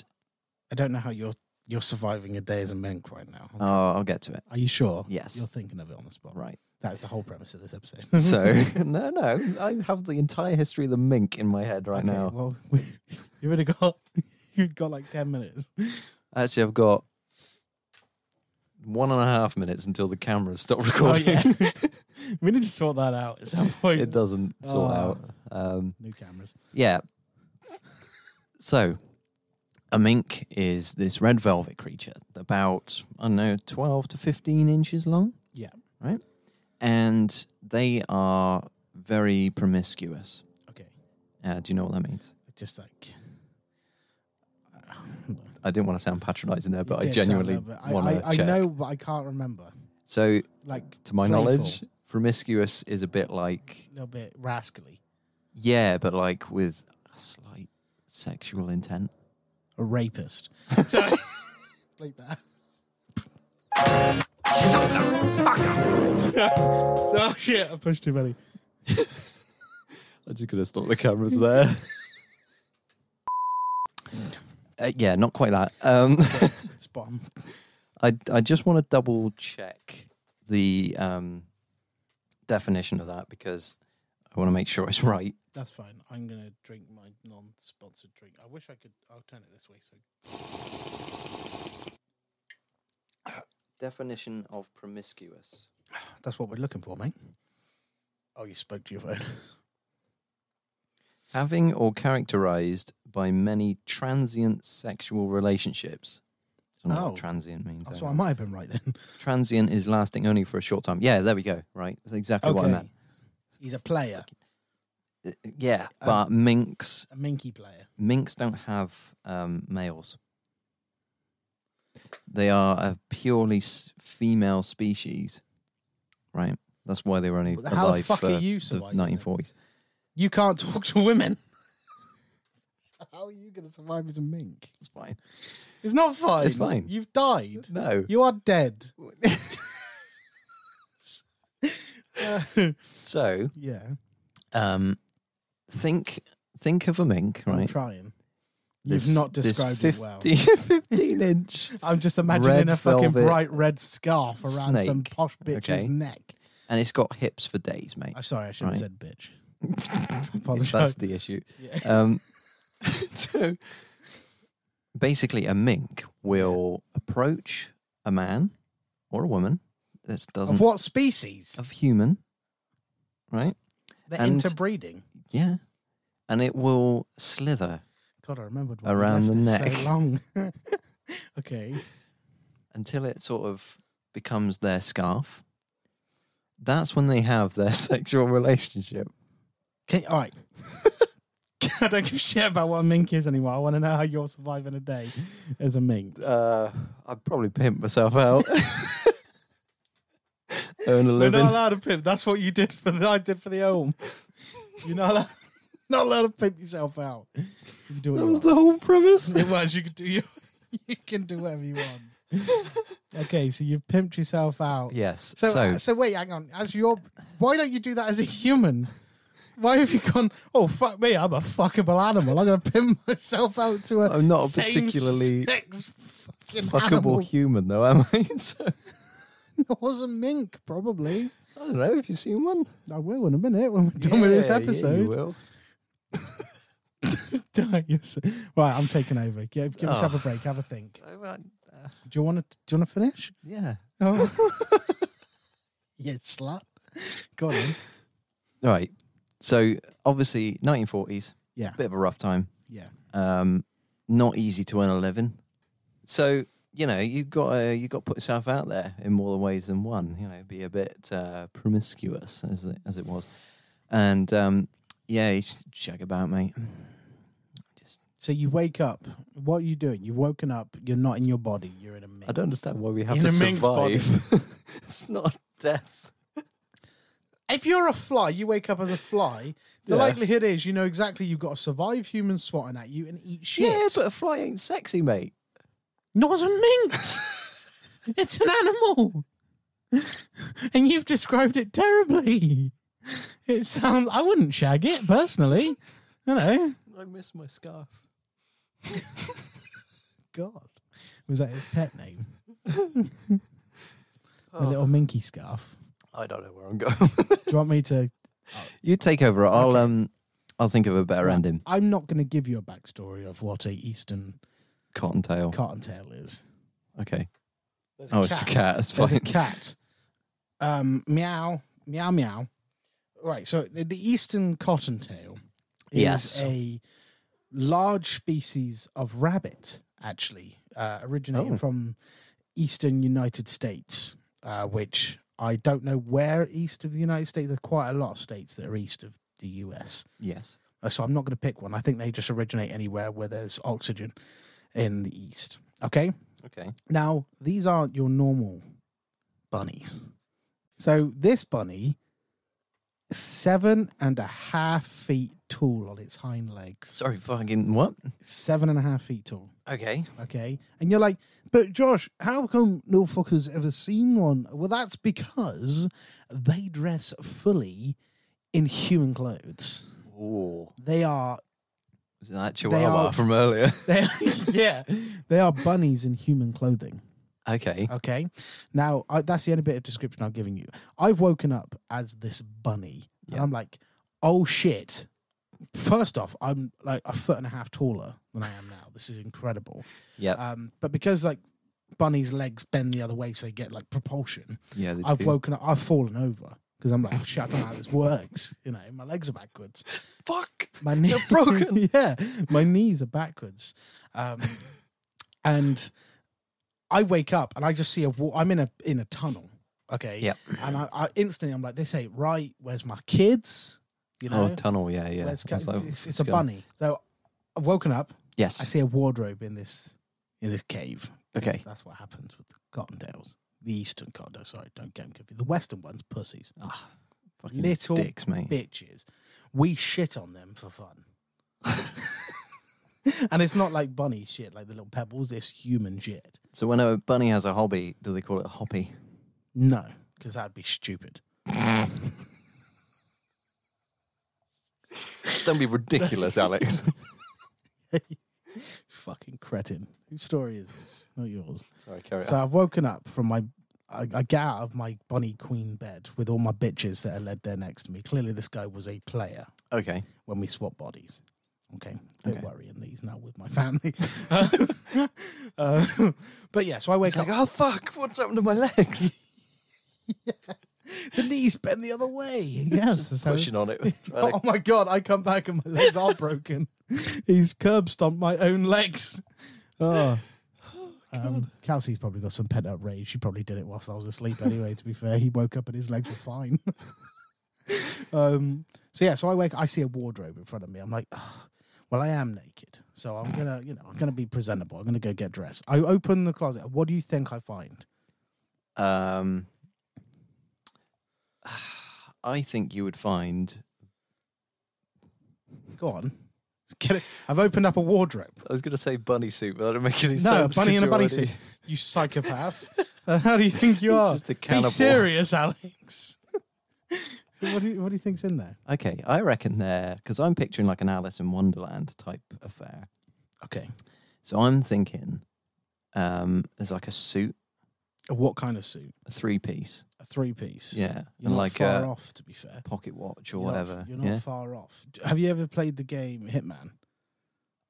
[SPEAKER 4] I don't know how you're you're surviving a day as a mink right now.
[SPEAKER 2] oh, I'll get to it.
[SPEAKER 4] Are you sure?
[SPEAKER 2] Yes.
[SPEAKER 4] You're thinking of it on the spot.
[SPEAKER 2] Right.
[SPEAKER 4] That is the whole premise of this episode.
[SPEAKER 2] So no, no, I have the entire history of the mink in my head right
[SPEAKER 4] Okay,
[SPEAKER 2] now.
[SPEAKER 4] Well, we, you've already got you've got like ten minutes.
[SPEAKER 2] Actually, I've got one and a half minutes until the cameras stop recording.
[SPEAKER 4] Oh, we need to sort that out at some point.
[SPEAKER 2] Oh, it doesn't sort
[SPEAKER 4] Oh.
[SPEAKER 2] out. Um,
[SPEAKER 4] New cameras.
[SPEAKER 2] yeah. So, a mink is this red velvet creature, about I don't know, twelve to fifteen inches long,
[SPEAKER 4] Yeah.
[SPEAKER 2] and they are very promiscuous.
[SPEAKER 4] Okay.
[SPEAKER 2] Uh, do you know what that means?
[SPEAKER 4] Just like
[SPEAKER 2] I didn't want to sound patronising there, but I
[SPEAKER 4] It did sound
[SPEAKER 2] genuinely
[SPEAKER 4] a bit- I-
[SPEAKER 2] want to
[SPEAKER 4] I, I
[SPEAKER 2] check.
[SPEAKER 4] know, but I can't remember.
[SPEAKER 2] So,
[SPEAKER 4] Like
[SPEAKER 2] to my
[SPEAKER 4] Playful.
[SPEAKER 2] knowledge, promiscuous is a bit like
[SPEAKER 4] a little bit rascally,
[SPEAKER 2] yeah, but like with a slight sexual intent.
[SPEAKER 4] a rapist. Sorry. Bleep that. So, oh shit, I pushed too many.
[SPEAKER 2] I'm just gonna stop the cameras there. uh, yeah, not quite that. Um,
[SPEAKER 4] It's bottom.
[SPEAKER 2] I I just want to double check the um, definition of that because I want to make sure it's right.
[SPEAKER 4] That's fine. I'm gonna drink my non-sponsored drink. I wish I could. I'll turn it this way. So
[SPEAKER 2] Definition of promiscuous.
[SPEAKER 4] that's what we're looking for, mate. Oh, you spoke to your phone.
[SPEAKER 2] Having or characterized by many transient sexual relationships, So I don't know
[SPEAKER 4] Oh.
[SPEAKER 2] what transient means.
[SPEAKER 4] That's
[SPEAKER 2] anyway.
[SPEAKER 4] what I might have been right then.
[SPEAKER 2] Transient is lasting only for a short time. Yeah, there we go. Right. That's exactly what I meant.
[SPEAKER 4] He's a player,
[SPEAKER 2] Uh, uh, Yeah.
[SPEAKER 4] Um,
[SPEAKER 2] But minks
[SPEAKER 4] a minky player.
[SPEAKER 2] minks don't have um, males. They are a purely s- female species, right? That's why they were only
[SPEAKER 4] But how the
[SPEAKER 2] alive
[SPEAKER 4] fuck are
[SPEAKER 2] for
[SPEAKER 4] you
[SPEAKER 2] the
[SPEAKER 4] surviving then?
[SPEAKER 2] 1940s.
[SPEAKER 4] You can't talk to women. How are you going to survive as a mink?
[SPEAKER 2] It's fine.
[SPEAKER 4] It's not fine.
[SPEAKER 2] It's fine.
[SPEAKER 4] You've died.
[SPEAKER 2] No.
[SPEAKER 4] You are dead.
[SPEAKER 2] So,
[SPEAKER 4] Yeah,
[SPEAKER 2] um, think think of a mink,
[SPEAKER 4] I'm
[SPEAKER 2] right?
[SPEAKER 4] trying.
[SPEAKER 2] This-
[SPEAKER 4] You've not
[SPEAKER 2] this
[SPEAKER 4] described it well.
[SPEAKER 2] 50 15 inch
[SPEAKER 4] I'm just imagining
[SPEAKER 2] Red
[SPEAKER 4] a fucking
[SPEAKER 2] velvet
[SPEAKER 4] bright red scarf around some
[SPEAKER 2] snake.
[SPEAKER 4] posh bitch's
[SPEAKER 2] Okay.
[SPEAKER 4] neck.
[SPEAKER 2] and it's got hips for days, mate.
[SPEAKER 4] I'm sorry, I should have
[SPEAKER 2] Right.
[SPEAKER 4] said bitch.
[SPEAKER 2] If
[SPEAKER 4] Apologise.
[SPEAKER 2] that's the issue.
[SPEAKER 4] Yeah.
[SPEAKER 2] Um, so basically, a mink will approach a man or a woman that doesn't
[SPEAKER 4] Of what species?
[SPEAKER 2] of human, right?
[SPEAKER 4] They're
[SPEAKER 2] and-
[SPEAKER 4] interbreeding.
[SPEAKER 2] Yeah, and it will slither
[SPEAKER 4] God, I remembered why we
[SPEAKER 2] Around
[SPEAKER 4] left
[SPEAKER 2] the
[SPEAKER 4] this
[SPEAKER 2] neck.
[SPEAKER 4] So long. okay.
[SPEAKER 2] until it sort of becomes their scarf. That's when they have their sexual relationship.
[SPEAKER 4] Okay. All right. I don't give a shit about what a mink is anymore. I want to know how you're surviving a day as a mink.
[SPEAKER 2] Uh, I'd probably pimp myself out, earn a
[SPEAKER 4] We're
[SPEAKER 2] living.
[SPEAKER 4] not allowed to pimp. That's what you did for the. I did for the elm. You're not allowed, not allowed to pimp yourself out. You can do what
[SPEAKER 2] that
[SPEAKER 4] you
[SPEAKER 2] was
[SPEAKER 4] want.
[SPEAKER 2] the whole premise.
[SPEAKER 4] It was. You can do. You, you can do whatever you want. okay, so you've pimped yourself out.
[SPEAKER 2] Yes.
[SPEAKER 4] So, uh, so, wait, hang on. As your, why don't you do that as a human? Why have you gone? Oh fuck me! I'm a fuckable animal. I'm gonna pimp myself out to a.
[SPEAKER 2] I'm not a
[SPEAKER 4] same
[SPEAKER 2] particularly
[SPEAKER 4] sex fucking
[SPEAKER 2] fuckable
[SPEAKER 4] animal.
[SPEAKER 2] human, though, am I? So,
[SPEAKER 4] It was a mink, probably.
[SPEAKER 2] I don't know. Have you seen one?
[SPEAKER 4] I will in a minute when we're done with this
[SPEAKER 2] Yeah, yeah, you
[SPEAKER 4] episode.
[SPEAKER 2] will.
[SPEAKER 4] Don't you s- right, I'm taking over. Give, give yourself
[SPEAKER 2] Oh.
[SPEAKER 4] a break. Have a think.
[SPEAKER 2] Oh, well,
[SPEAKER 4] Do you want to? Do you want to finish?
[SPEAKER 2] yeah.
[SPEAKER 4] Oh. you slut. Go on. then.
[SPEAKER 2] Right. So obviously, 1940s.
[SPEAKER 4] Yeah.
[SPEAKER 2] Bit of a rough time.
[SPEAKER 4] Yeah.
[SPEAKER 2] Um, not easy to earn a living. So you know you got uh, you got to put yourself out there in more ways than one. You know, be a bit uh, promiscuous as it, as it was, and um, yeah, you just shag about, mate.
[SPEAKER 4] So you wake up. What are you doing? You've woken up. You're not in your body. You're in a mink.
[SPEAKER 2] I don't understand why we have
[SPEAKER 4] In
[SPEAKER 2] to
[SPEAKER 4] a mink's body.
[SPEAKER 2] survive. it's not death.
[SPEAKER 4] If you're a fly, you wake up as a fly. The
[SPEAKER 2] Yeah.
[SPEAKER 4] likelihood is you know exactly you've got to survive humans swatting at you and eat shit.
[SPEAKER 2] Yeah, but a fly ain't sexy, mate.
[SPEAKER 4] not as a mink. it's an animal, and you've described it terribly. It sounds. I wouldn't shag it personally. You know.
[SPEAKER 2] I miss my scarf.
[SPEAKER 4] God. Was that his pet name? A little minky scarf.
[SPEAKER 2] I don't know where I'm going.
[SPEAKER 4] Do you want me to?
[SPEAKER 2] you take over. I'll um, I'll think of a better ending.
[SPEAKER 4] I'm not going to give you a backstory of what a Eastern
[SPEAKER 2] Cottontail.
[SPEAKER 4] cottontail is.
[SPEAKER 2] okay.
[SPEAKER 4] There's
[SPEAKER 2] Oh, it's a cat. It's
[SPEAKER 4] There's
[SPEAKER 2] fine.
[SPEAKER 4] a cat. Um, meow, meow, meow. Right. So the the Eastern cottontail is
[SPEAKER 2] Yes.
[SPEAKER 4] a large species of rabbit, actually, uh, originating
[SPEAKER 2] Oh.
[SPEAKER 4] from Eastern United States, uh, which I don't know where east of the United States. There's quite a lot of states that are east of the US.
[SPEAKER 2] Yes.
[SPEAKER 4] Uh, So I'm not going to pick one. I think they just originate anywhere where there's oxygen in the east. Okay.
[SPEAKER 2] Okay.
[SPEAKER 4] Now, these aren't your normal bunnies. So this bunny, seven and a half feet tall on its hind legs.
[SPEAKER 2] Sorry, fucking what?
[SPEAKER 4] Seven and a half feet tall.
[SPEAKER 2] Okay.
[SPEAKER 4] Okay. And you're like, but Josh, how come no fuckers ever seen one? Well, that's because they dress fully in human clothes.
[SPEAKER 2] Oh,
[SPEAKER 4] They are
[SPEAKER 2] was that Chihuahua
[SPEAKER 4] are-
[SPEAKER 2] from earlier?
[SPEAKER 4] they are, yeah. They are bunnies in human clothing.
[SPEAKER 2] okay.
[SPEAKER 4] Okay. Now, I, that's the only bit of description I'm giving you. I've woken up as this bunny, and
[SPEAKER 2] Yeah.
[SPEAKER 4] I'm like, oh shit. First off, I'm like a foot and a half taller than I am now. This is incredible.
[SPEAKER 2] Yep.
[SPEAKER 4] Um, but because like bunnies' legs bend the other way, so they get like propulsion,
[SPEAKER 2] yeah. they
[SPEAKER 4] I've
[SPEAKER 2] do.
[SPEAKER 4] woken up, I've fallen over because I'm like, oh, shit, I don't know how this works. You know, my legs are backwards.
[SPEAKER 2] Fuck.
[SPEAKER 4] My knees are broken. yeah, my knees are backwards, um, and I wake up and I just see a wall. I'm in a in a tunnel. Okay.
[SPEAKER 2] Yep.
[SPEAKER 4] And I, I instantly I'm like, this ain't right. Where's my kids? You know.
[SPEAKER 2] oh, tunnel. Yeah, yeah.
[SPEAKER 4] where's
[SPEAKER 2] I
[SPEAKER 4] ca-
[SPEAKER 2] was like,
[SPEAKER 4] it's, it's
[SPEAKER 2] what's
[SPEAKER 4] a
[SPEAKER 2] going on?
[SPEAKER 4] bunny. So I've woken up.
[SPEAKER 2] Yes.
[SPEAKER 4] I see a wardrobe in this in this cave.
[SPEAKER 2] Okay.
[SPEAKER 4] That's- That's what happens with the Cottondales. The Eastern Cottondales. Sorry, don't get them confused. The Western ones, pussies,
[SPEAKER 2] Ah, fucking
[SPEAKER 4] Little
[SPEAKER 2] dicks, mate.
[SPEAKER 4] bitches. We shit on them for fun. and it's not like bunny shit, like the little pebbles. It's human shit.
[SPEAKER 2] So when a bunny has a hobby, do they call it a hoppy?
[SPEAKER 4] No, because that'd be stupid.
[SPEAKER 2] Don't be ridiculous, Alex.
[SPEAKER 4] Fucking cretin. Whose story is this? Not yours.
[SPEAKER 2] Sorry, carry
[SPEAKER 4] So I've woken up from my. I, I get out of my bunny queen bed with all my bitches that are led there next to me. Clearly, this guy was a player
[SPEAKER 2] on. Okay.
[SPEAKER 4] when we swap bodies. Okay, a bit
[SPEAKER 2] Okay.
[SPEAKER 4] worrying these now with my family. Uh, but yeah, so I wake
[SPEAKER 2] It's like,
[SPEAKER 4] up.
[SPEAKER 2] oh fuck, what's happened to my legs?
[SPEAKER 4] the knees bend the other way. Yes, so-
[SPEAKER 2] Pushing on it. Trying
[SPEAKER 4] Oh
[SPEAKER 2] to-
[SPEAKER 4] my god! I come back and my legs are broken. He's curb stomped my own legs. Oh. Um, Kelsey's probably got some pent up rage. She probably did it whilst I was asleep anyway, to be fair. He woke up and his legs were fine. um, so, yeah, so I wake I see a wardrobe in front of me. I'm like, "Ugh, well, I am naked. So I'm going to, you know, I'm going to be presentable. I'm going to go get dressed. I open the closet. What do you think I find?
[SPEAKER 2] Um, I think you would find.
[SPEAKER 4] Go on. Get it. I've opened up a wardrobe.
[SPEAKER 2] I was going to say bunny suit, but I don't make any sense.
[SPEAKER 4] No, a
[SPEAKER 2] 'cause
[SPEAKER 4] bunny in a
[SPEAKER 2] you're
[SPEAKER 4] bunny
[SPEAKER 2] already-
[SPEAKER 4] suit. You psychopath. Uh, How do you think you
[SPEAKER 2] He's
[SPEAKER 4] are?
[SPEAKER 2] just a
[SPEAKER 4] Be
[SPEAKER 2] cannibal.
[SPEAKER 4] serious, Alex. what, do you, what do you think's in there?
[SPEAKER 2] Okay, I reckon there because I'm picturing like an Alice in Wonderland type affair.
[SPEAKER 4] Okay.
[SPEAKER 2] So I'm thinking, um, there's like a suit,
[SPEAKER 4] What kind of suit?
[SPEAKER 2] a three piece,
[SPEAKER 4] A three piece.
[SPEAKER 2] yeah,
[SPEAKER 4] You're
[SPEAKER 2] and
[SPEAKER 4] not
[SPEAKER 2] like
[SPEAKER 4] far
[SPEAKER 2] a
[SPEAKER 4] off, to be fair.
[SPEAKER 2] pocket watch or
[SPEAKER 4] You're not-
[SPEAKER 2] whatever.
[SPEAKER 4] you're not
[SPEAKER 2] yeah,
[SPEAKER 4] far off. D- Have you ever played the game Hitman?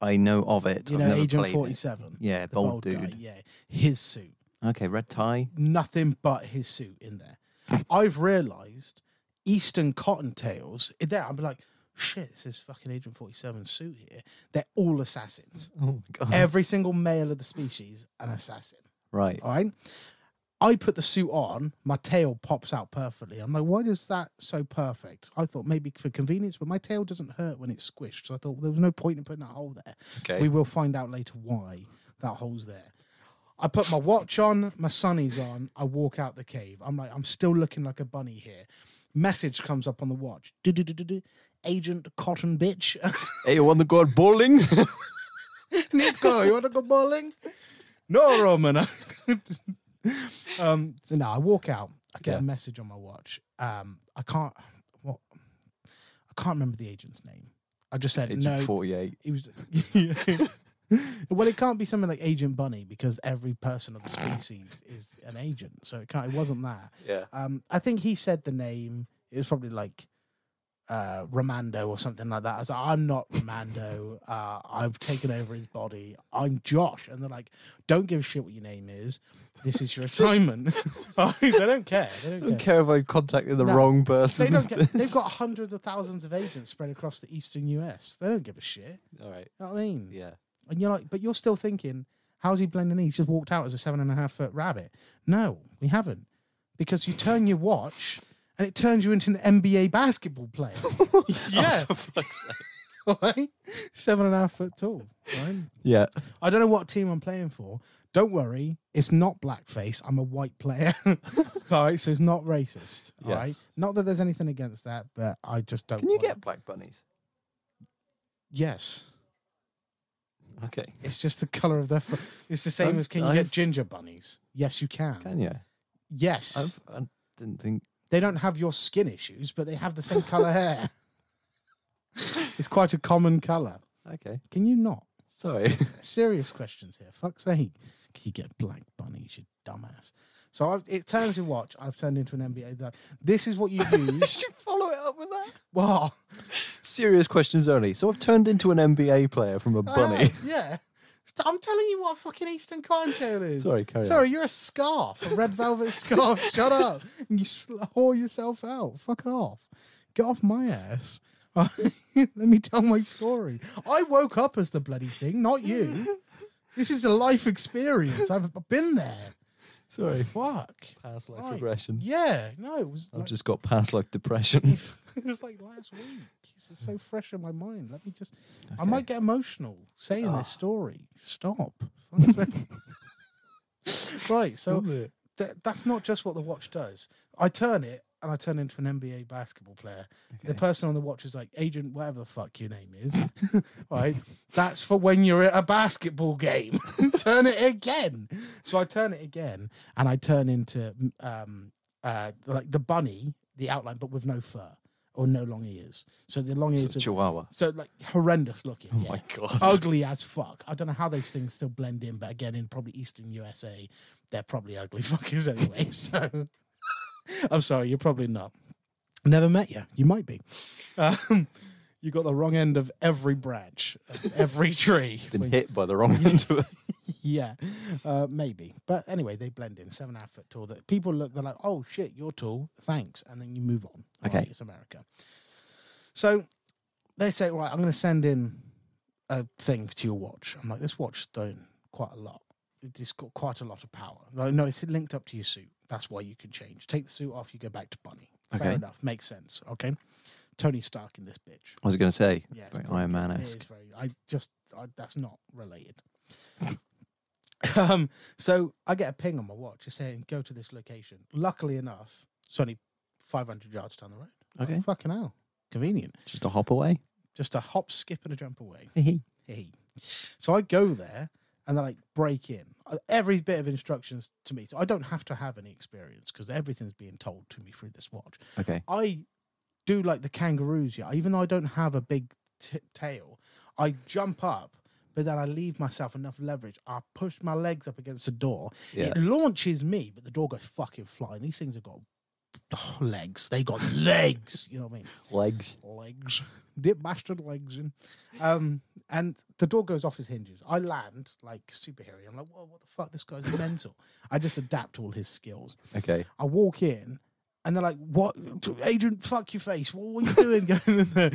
[SPEAKER 2] I know of it.
[SPEAKER 4] You
[SPEAKER 2] I've
[SPEAKER 4] know,
[SPEAKER 2] never
[SPEAKER 4] Agent
[SPEAKER 2] played it.
[SPEAKER 4] 47.
[SPEAKER 2] Yeah,
[SPEAKER 4] The
[SPEAKER 2] bold, dude.
[SPEAKER 4] guy. Yeah. His suit.
[SPEAKER 2] Okay, red tie.
[SPEAKER 4] nothing but his suit in there. I've realised Eastern Cottontails in there. I'm like, shit, this is fucking Agent 47 suit here. They're all assassins.
[SPEAKER 2] Oh my god.
[SPEAKER 4] Every single male of the species, an assassin.
[SPEAKER 2] right.
[SPEAKER 4] All right. I put the suit on, my tail pops out perfectly. I'm like, why is that so perfect? I thought maybe for convenience, but my tail doesn't hurt when it's squished. So I thought there was no point in putting that hole there.
[SPEAKER 2] Okay.
[SPEAKER 4] We will find out later why that hole's there. I put my watch on, my sunnies on. I walk out the cave. I'm like, I'm still looking like a bunny here. Message comes up on the watch. Do-do-do-do-do. Agent Cotton Bitch.
[SPEAKER 2] Hey, you want to go bowling?
[SPEAKER 4] Nico, you want to go bowling? No, Roman. um, so now I walk out. I get
[SPEAKER 2] Yeah.
[SPEAKER 4] a message on my watch. Um, I can't. What? I can't remember the agent's name. I just said
[SPEAKER 2] Agent
[SPEAKER 4] no.
[SPEAKER 2] 48.
[SPEAKER 4] It was. well, it can't be something like Agent Bunny because every person of the species is an agent. So it can't. It wasn't that.
[SPEAKER 2] Yeah.
[SPEAKER 4] Um, I think he said the name. It was probably like uh, Romando or something like that. I was like, I'm not Romando. Uh, I've taken over his body. I'm Josh. And they're like, don't give a shit what your name is. This is your assignment. they don't care. They don't,
[SPEAKER 2] I don't
[SPEAKER 4] care.
[SPEAKER 2] care if I contacted the
[SPEAKER 4] No.
[SPEAKER 2] wrong person.
[SPEAKER 4] They don't
[SPEAKER 2] with
[SPEAKER 4] get,
[SPEAKER 2] this.
[SPEAKER 4] they've got hundreds of thousands of agents spread across the eastern US. They don't give a shit. You
[SPEAKER 2] All right.
[SPEAKER 4] know what I mean?
[SPEAKER 2] Yeah.
[SPEAKER 4] And you're like, but you're still thinking, how's he blending in? He's just walked out as a seven and a half foot rabbit. No, we haven't. Because you turn your watch and it turns you into an NBA basketball player.
[SPEAKER 2] Oh,
[SPEAKER 4] yeah. Right? Seven and a half foot tall. Right?
[SPEAKER 2] Yeah.
[SPEAKER 4] I don't know what team I'm playing for. Don't worry, it's not blackface. I'm a white player. all right, so it's not racist. All right,
[SPEAKER 2] Yes.
[SPEAKER 4] Not that there's anything against that, but I just don't
[SPEAKER 2] Can you
[SPEAKER 4] want
[SPEAKER 2] get
[SPEAKER 4] it.
[SPEAKER 2] black bunnies?
[SPEAKER 4] Yes.
[SPEAKER 2] Okay.
[SPEAKER 4] It's just the color of their. fo- It's the same
[SPEAKER 2] I've-
[SPEAKER 4] as can you
[SPEAKER 2] I've-
[SPEAKER 4] get ginger bunnies? Yes, you can.
[SPEAKER 2] Can Oh. you?
[SPEAKER 4] Yes,
[SPEAKER 2] I've, I didn't think.
[SPEAKER 4] they don't have your skin issues, but they have the same color hair. it's quite a common color.
[SPEAKER 2] Okay.
[SPEAKER 4] Can you not?
[SPEAKER 2] Sorry.
[SPEAKER 4] Serious questions here. Fuck's sake. Can you get black bunnies, you dumbass? So I've, it turns your watch. I've turned into an NBA. Like, this is what you use.
[SPEAKER 2] follow it up with that.
[SPEAKER 4] well,
[SPEAKER 2] Serious questions only. So I've turned into an NBA player from a
[SPEAKER 4] I
[SPEAKER 2] bunny.
[SPEAKER 4] am, Uh, yeah. St- I'm telling you what a fucking Eastern Cottontail is.
[SPEAKER 2] Sorry, carry on.
[SPEAKER 4] Sorry, you're a scarf, a red velvet scarf. Shut up. And you sl- whore yourself out. Fuck off. Get off my ass. Let me tell my story. I woke up as the bloody thing, not you. This is a life experience. I've been there.
[SPEAKER 5] Sorry.
[SPEAKER 4] Fuck.
[SPEAKER 5] Past life
[SPEAKER 4] Right.
[SPEAKER 5] regression.
[SPEAKER 4] Yeah. No, it was.
[SPEAKER 5] I've
[SPEAKER 4] Like,
[SPEAKER 5] just got past life depression.
[SPEAKER 4] it was like last week. It's so fresh in my mind. Let me just. I might get emotional saying this story. Stop. Fuck's sake. right. So th- that's not just what the watch does. I turn it and I turn into an NBA basketball player. The person on the watch is like agent, whatever the fuck your name is. right, that's for when you're at a basketball game. turn it again. So I turn it again and I turn into um uh like the bunny, the outline, but with no fur or no long ears. So the long ears. are,
[SPEAKER 5] Chihuahua.
[SPEAKER 4] so like horrendous looking.
[SPEAKER 5] Oh
[SPEAKER 4] yeah
[SPEAKER 5] my god.
[SPEAKER 4] ugly as fuck. I don't know how these things still blend in, but again, in probably Eastern USA, they're probably ugly fuckers anyway. So I'm sorry, you're probably not. Never met you. You might be. Um, you got the wrong end of every branch, of every tree.
[SPEAKER 5] Been hit by the wrong end of it.
[SPEAKER 4] Yeah, uh, maybe. But anyway, they blend in. Seven and a half foot tall. That people look, they're like, oh shit, you're tall. Thanks, and then you move on. All
[SPEAKER 5] Okay.
[SPEAKER 4] right, it's America. So they say, right, I'm going to send in a thing to your watch. I'm like, this watch done quite a lot. It's got quite a lot of power. They're Like, no, it's linked up to your suit. That's why you can change. Take the suit off, you go back to Bunny. Fair
[SPEAKER 5] Okay.
[SPEAKER 4] enough. Makes sense. Okay. Tony Stark in this bitch.
[SPEAKER 5] I was going to say,
[SPEAKER 4] Yeah, it's
[SPEAKER 5] very
[SPEAKER 4] pretty
[SPEAKER 5] Iron Man
[SPEAKER 4] it is
[SPEAKER 5] esque.
[SPEAKER 4] very. I just I, that's not related. um. So I get a ping on my watch it's saying go to this location. Luckily enough, it's only 500 yards down the road. Like,
[SPEAKER 5] Okay.
[SPEAKER 4] fucking hell, convenient.
[SPEAKER 5] Just a hop away.
[SPEAKER 4] Just a hop, skip, and a jump away.
[SPEAKER 5] Hee.
[SPEAKER 4] Hey. So I go there and then like break in. Uh, Every bit of instructions to me. So I don't have to have any experience because everything's being told to me through this watch.
[SPEAKER 5] okay.
[SPEAKER 4] I do like the kangaroos, yeah. Even though I don't have a big t- tail, I jump up, but then I leave myself enough leverage. I push my legs up against the door.
[SPEAKER 5] Yeah.
[SPEAKER 4] It launches me, but the door goes fucking flying. These things have got oh, legs. They got legs. You know what I mean?
[SPEAKER 5] Legs.
[SPEAKER 4] legs, dip bastard legs in. Um, and the door goes off his hinges. I land like superhero. I'm like, whoa, what the fuck? This guy's mental. I just adapt all his skills.
[SPEAKER 5] Okay.
[SPEAKER 4] I walk in. And they're like, "What, Adrian? Fuck your face! What, what are you doing going in there?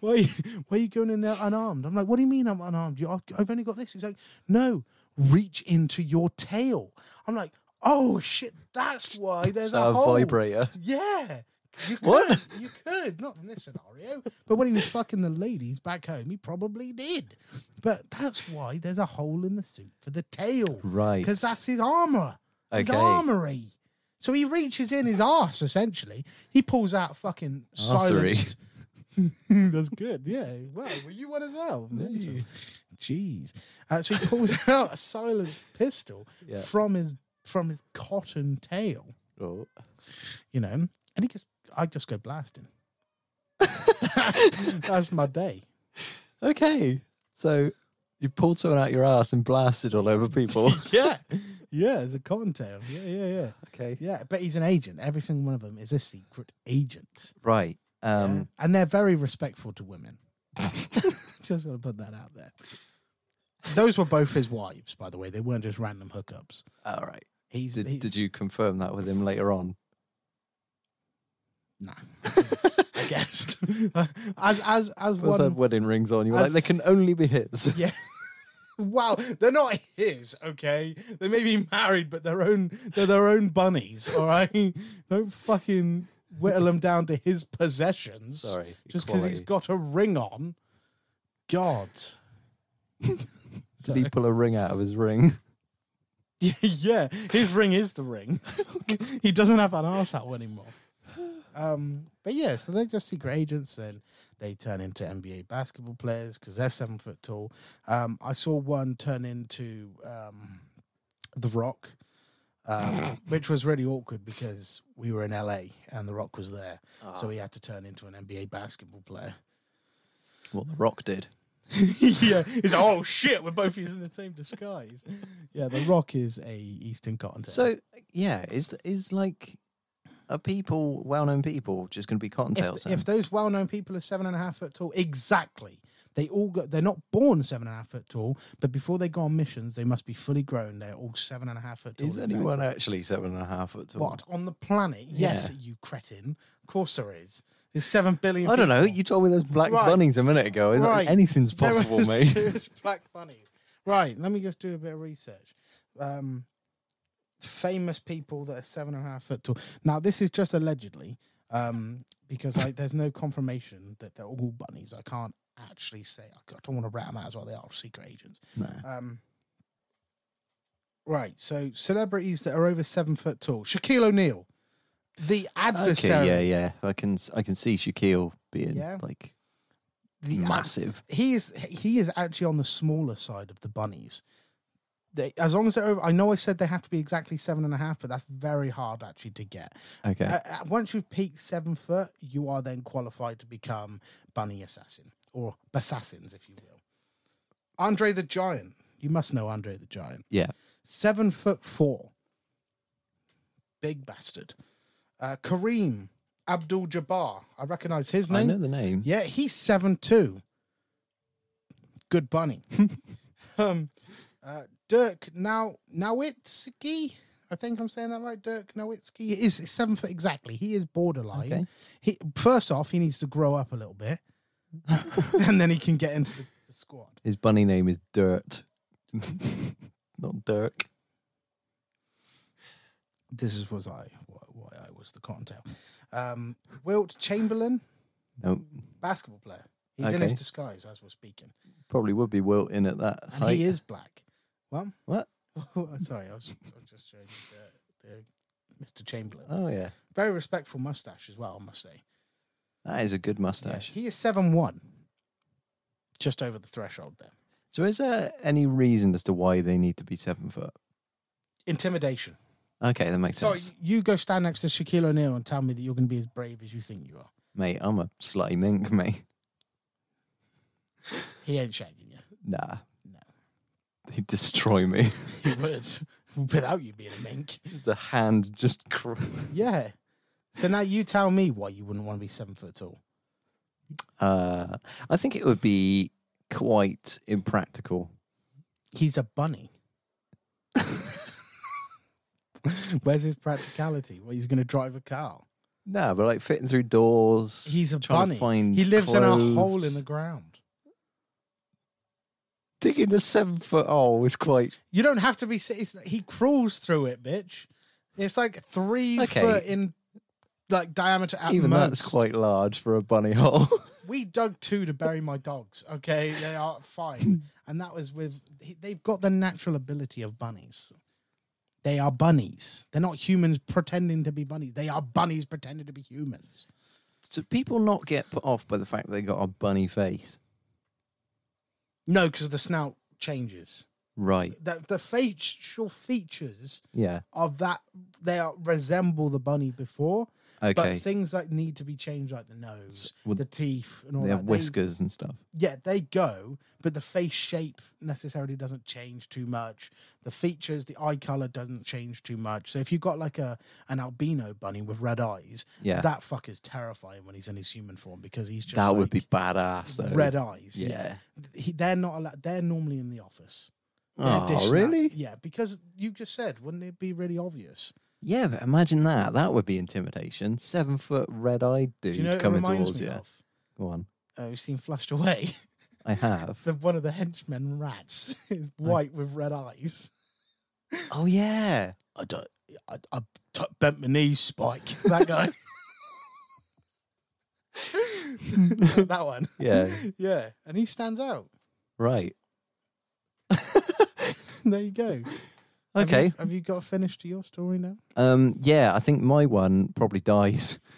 [SPEAKER 4] Why, are you, why are you going in there unarmed?" I'm like, "What do you mean I'm unarmed? You, I've, I've only got this." He's like, "No, reach into your tail." I'm like, "Oh shit, that's why there's
[SPEAKER 5] So
[SPEAKER 4] a
[SPEAKER 5] a
[SPEAKER 4] hole."
[SPEAKER 5] vibrator.
[SPEAKER 4] Yeah. You could,
[SPEAKER 5] What?
[SPEAKER 4] You could. Not in this scenario. But when he was fucking the ladies back home, he probably did. But that's why there's a hole in the suit for the tail.
[SPEAKER 5] Right.
[SPEAKER 4] Because that's his armor. His
[SPEAKER 5] Okay.
[SPEAKER 4] armory. So he reaches in his arse, essentially. He pulls out fucking
[SPEAKER 5] Arsery.
[SPEAKER 4] silenced. that's good. Yeah. Well, were you one as well? Mental. Jeez. Uh, so he pulls out a silenced pistol
[SPEAKER 5] Yeah.
[SPEAKER 4] from his from his cotton tail
[SPEAKER 5] Oh.
[SPEAKER 4] you know, and he just, I just go blasting. That's my day.
[SPEAKER 5] Okay. So you pulled someone out your ass and blasted all over people.
[SPEAKER 4] Yeah, yeah, as a cottontail. Yeah, yeah, yeah,
[SPEAKER 5] okay.
[SPEAKER 4] yeah. But he's an agent. Every single one of them is a secret agent,
[SPEAKER 5] Right. Um,
[SPEAKER 4] Yeah. and they're very respectful to women. just want to put that out there. Those were both his wives, by the way. They weren't just random hookups.
[SPEAKER 5] All right.
[SPEAKER 4] He's
[SPEAKER 5] Did,
[SPEAKER 4] he-
[SPEAKER 5] did you confirm that with him later on?
[SPEAKER 4] nah. I guessed as as as
[SPEAKER 5] With
[SPEAKER 4] one
[SPEAKER 5] had wedding rings on, you were
[SPEAKER 4] as-
[SPEAKER 5] like, they can only be hits.
[SPEAKER 4] Yeah. Wow, they're not his, okay? They may be married, but they're own they're their own bunnies, all right? Don't fucking whittle them down to his possessions.
[SPEAKER 5] Sorry,
[SPEAKER 4] Just because he's
[SPEAKER 5] equality.
[SPEAKER 4] got a ring on. God.
[SPEAKER 5] Did he pull a ring out of his ring?
[SPEAKER 4] yeah, his ring is the ring. he doesn't have an arse out anymore. Um, but yeah, so they're just secret agents and they turn into NBA basketball players because they're seven foot tall. Um, I saw one turn into um, The Rock, um, which was really awkward because we were in LA and The Rock was there. So he had to turn into an NBA basketball player.
[SPEAKER 5] What the Rock did.
[SPEAKER 4] yeah, he's like, oh shit, we're both using the same disguise. yeah, The Rock is a Eastern Cotton.
[SPEAKER 5] So yeah, is is like, are people well known people just going to be cottontails?
[SPEAKER 4] if, if those well-known people are seven and a half foot tall, exactly. They all go, they're not born seven and a half foot tall, but before they go on missions, they must be fully grown. They're all seven and a half foot tall.
[SPEAKER 5] is
[SPEAKER 4] exactly.
[SPEAKER 5] anyone actually seven and a half foot tall?
[SPEAKER 4] what on the planet? Yes,
[SPEAKER 5] Yeah.
[SPEAKER 4] you cretin. Of course there is. There's seven billion.
[SPEAKER 5] I don't know.
[SPEAKER 4] people.
[SPEAKER 5] You told me those black
[SPEAKER 4] Right.
[SPEAKER 5] bunnies a minute ago. Is that-
[SPEAKER 4] Right.
[SPEAKER 5] Anything's
[SPEAKER 4] There
[SPEAKER 5] possible,
[SPEAKER 4] are
[SPEAKER 5] mate.
[SPEAKER 4] serious black bunnies. Right, let me just do a bit of research. Um, famous people that are seven and a half foot tall. Now, this is just allegedly um, because I, there's no confirmation that they're all bunnies. I can't actually say. I don't want to rat them out as well. They are secret agents.
[SPEAKER 2] No.
[SPEAKER 4] Um, right, so celebrities that are over seven foot tall. Shaquille O'Neal, the
[SPEAKER 2] Okay,
[SPEAKER 4] adversary.
[SPEAKER 2] yeah, yeah. I can s- I can see Shaquille being
[SPEAKER 4] Yeah.
[SPEAKER 2] like
[SPEAKER 4] The ad-
[SPEAKER 2] massive.
[SPEAKER 4] he is he is actually on the smaller side of the bunnies. They, as long as they're over, I know I said they have to be exactly seven and a half, but that's very hard actually to get.
[SPEAKER 2] Okay.
[SPEAKER 4] Uh, uh, once you've peaked seven foot, you are then qualified to become bunny assassin or assassins, if you will. Andre the Giant, you must know Andre the Giant.
[SPEAKER 2] Yeah.
[SPEAKER 4] seven foot four, big bastard. Uh, Kareem Abdul Jabbar, I recognize his
[SPEAKER 2] I
[SPEAKER 4] name.
[SPEAKER 2] know the name.
[SPEAKER 4] Yeah, he's seven two. Good bunny. um, uh, Dirk now Nowitzki. I think I'm saying that right. Dirk Nowitzki is seven foot exactly. He is borderline.
[SPEAKER 2] Okay.
[SPEAKER 4] He first off, he needs to grow up a little bit, and then he can get into the, the squad.
[SPEAKER 2] His bunny name is Dirt. Not Dirk.
[SPEAKER 4] This is was I why, why I was the cotton tail. Um, Wilt Chamberlain,
[SPEAKER 2] No,
[SPEAKER 4] basketball player. He's in his
[SPEAKER 2] Okay.
[SPEAKER 4] disguise as we're speaking,
[SPEAKER 2] probably would be Wilton at that
[SPEAKER 4] and
[SPEAKER 2] height.
[SPEAKER 4] he is black. Well,
[SPEAKER 2] What?
[SPEAKER 4] Oh, I'm sorry, I was, I was just showing you the, the Mr. Chamberlain.
[SPEAKER 2] Oh yeah,
[SPEAKER 4] Very respectful mustache as well, I must say.
[SPEAKER 2] that is a good
[SPEAKER 4] Yeah,
[SPEAKER 2] mustache.
[SPEAKER 4] he is seven one, just over the threshold there.
[SPEAKER 2] So is there any reason as to why they need to be seven foot?
[SPEAKER 4] Intimidation.
[SPEAKER 2] Okay, that makes
[SPEAKER 4] Sorry,
[SPEAKER 2] sense,
[SPEAKER 4] you go stand next to Shaquille O'Neal and tell me that you're going to be as brave as you think you are.
[SPEAKER 2] mate. I'm a slutty mink, mate.
[SPEAKER 4] He ain't shagging you.
[SPEAKER 2] Nah,
[SPEAKER 4] No.
[SPEAKER 2] they destroy me.
[SPEAKER 4] He would, without you being a mink.
[SPEAKER 2] Just the hand just. Cr-
[SPEAKER 4] Yeah. So now you tell me why you wouldn't want to be seven foot tall.
[SPEAKER 2] uh, I think it would be quite impractical.
[SPEAKER 4] He's a bunny. Where's his practicality? Well, he's going to drive a car.
[SPEAKER 2] No, but like fitting through doors.
[SPEAKER 4] He's a
[SPEAKER 2] trying
[SPEAKER 4] bunny.
[SPEAKER 2] To find
[SPEAKER 4] He lives in a hole in
[SPEAKER 2] clothes.
[SPEAKER 4] the ground.
[SPEAKER 2] digging the seven foot hole is quite
[SPEAKER 4] You don't have to be. si- It's, he crawls through it, bitch. It's like three
[SPEAKER 2] Okay.
[SPEAKER 4] foot in like diameter at
[SPEAKER 2] even
[SPEAKER 4] most.
[SPEAKER 2] that's quite large for a bunny hole.
[SPEAKER 4] We dug two to bury my dogs. Okay, they are fine, and that was with. he- They've got the natural ability of bunnies. They are bunnies. They're not humans pretending to be bunnies. They are bunnies pretending to be humans.
[SPEAKER 2] Do people not get put off by the fact that they got a bunny face?
[SPEAKER 4] No, because the snout changes.
[SPEAKER 2] Right.
[SPEAKER 4] The, the facial features
[SPEAKER 2] Yeah.
[SPEAKER 4] of that they are, resemble the bunny before,
[SPEAKER 2] Okay.
[SPEAKER 4] but things that need to be changed, like the nose,
[SPEAKER 2] well,
[SPEAKER 4] the teeth, and all
[SPEAKER 2] They
[SPEAKER 4] that.
[SPEAKER 2] have whiskers and stuff.
[SPEAKER 4] yeah, they go, but the face shape necessarily doesn't change too much. The features, the eye color doesn't change too much. So if you've got like a an albino bunny with red eyes,
[SPEAKER 2] Yeah.
[SPEAKER 4] that fucker's terrifying when he's in his human form because he's just
[SPEAKER 2] that would be
[SPEAKER 4] like,
[SPEAKER 2] badass though.
[SPEAKER 4] red eyes. Yeah,
[SPEAKER 2] Yeah.
[SPEAKER 4] He, they're not allowed. They're normally in the office. They're
[SPEAKER 2] Oh,
[SPEAKER 4] dishing out-
[SPEAKER 2] really?
[SPEAKER 4] yeah, because you just said, wouldn't it be really obvious?
[SPEAKER 2] Yeah, but imagine that. That would be intimidation. Seven foot red eyed dude
[SPEAKER 4] Do you know what it
[SPEAKER 2] coming
[SPEAKER 4] reminds
[SPEAKER 2] towards
[SPEAKER 4] me
[SPEAKER 2] you.
[SPEAKER 4] of?
[SPEAKER 2] Go on.
[SPEAKER 4] Oh, we've seen Flushed Away.
[SPEAKER 2] I have.
[SPEAKER 4] the one of the henchmen rats is white with red eyes.
[SPEAKER 2] oh yeah.
[SPEAKER 4] I don't. I, I t- bent my knees, Spike. That guy. that one.
[SPEAKER 2] Yeah.
[SPEAKER 4] Yeah, and he stands out.
[SPEAKER 2] Right.
[SPEAKER 4] There you go. Have you-
[SPEAKER 2] Okay.
[SPEAKER 4] Have you, got a finish to your story now?
[SPEAKER 2] Um, yeah, I think my one probably dies.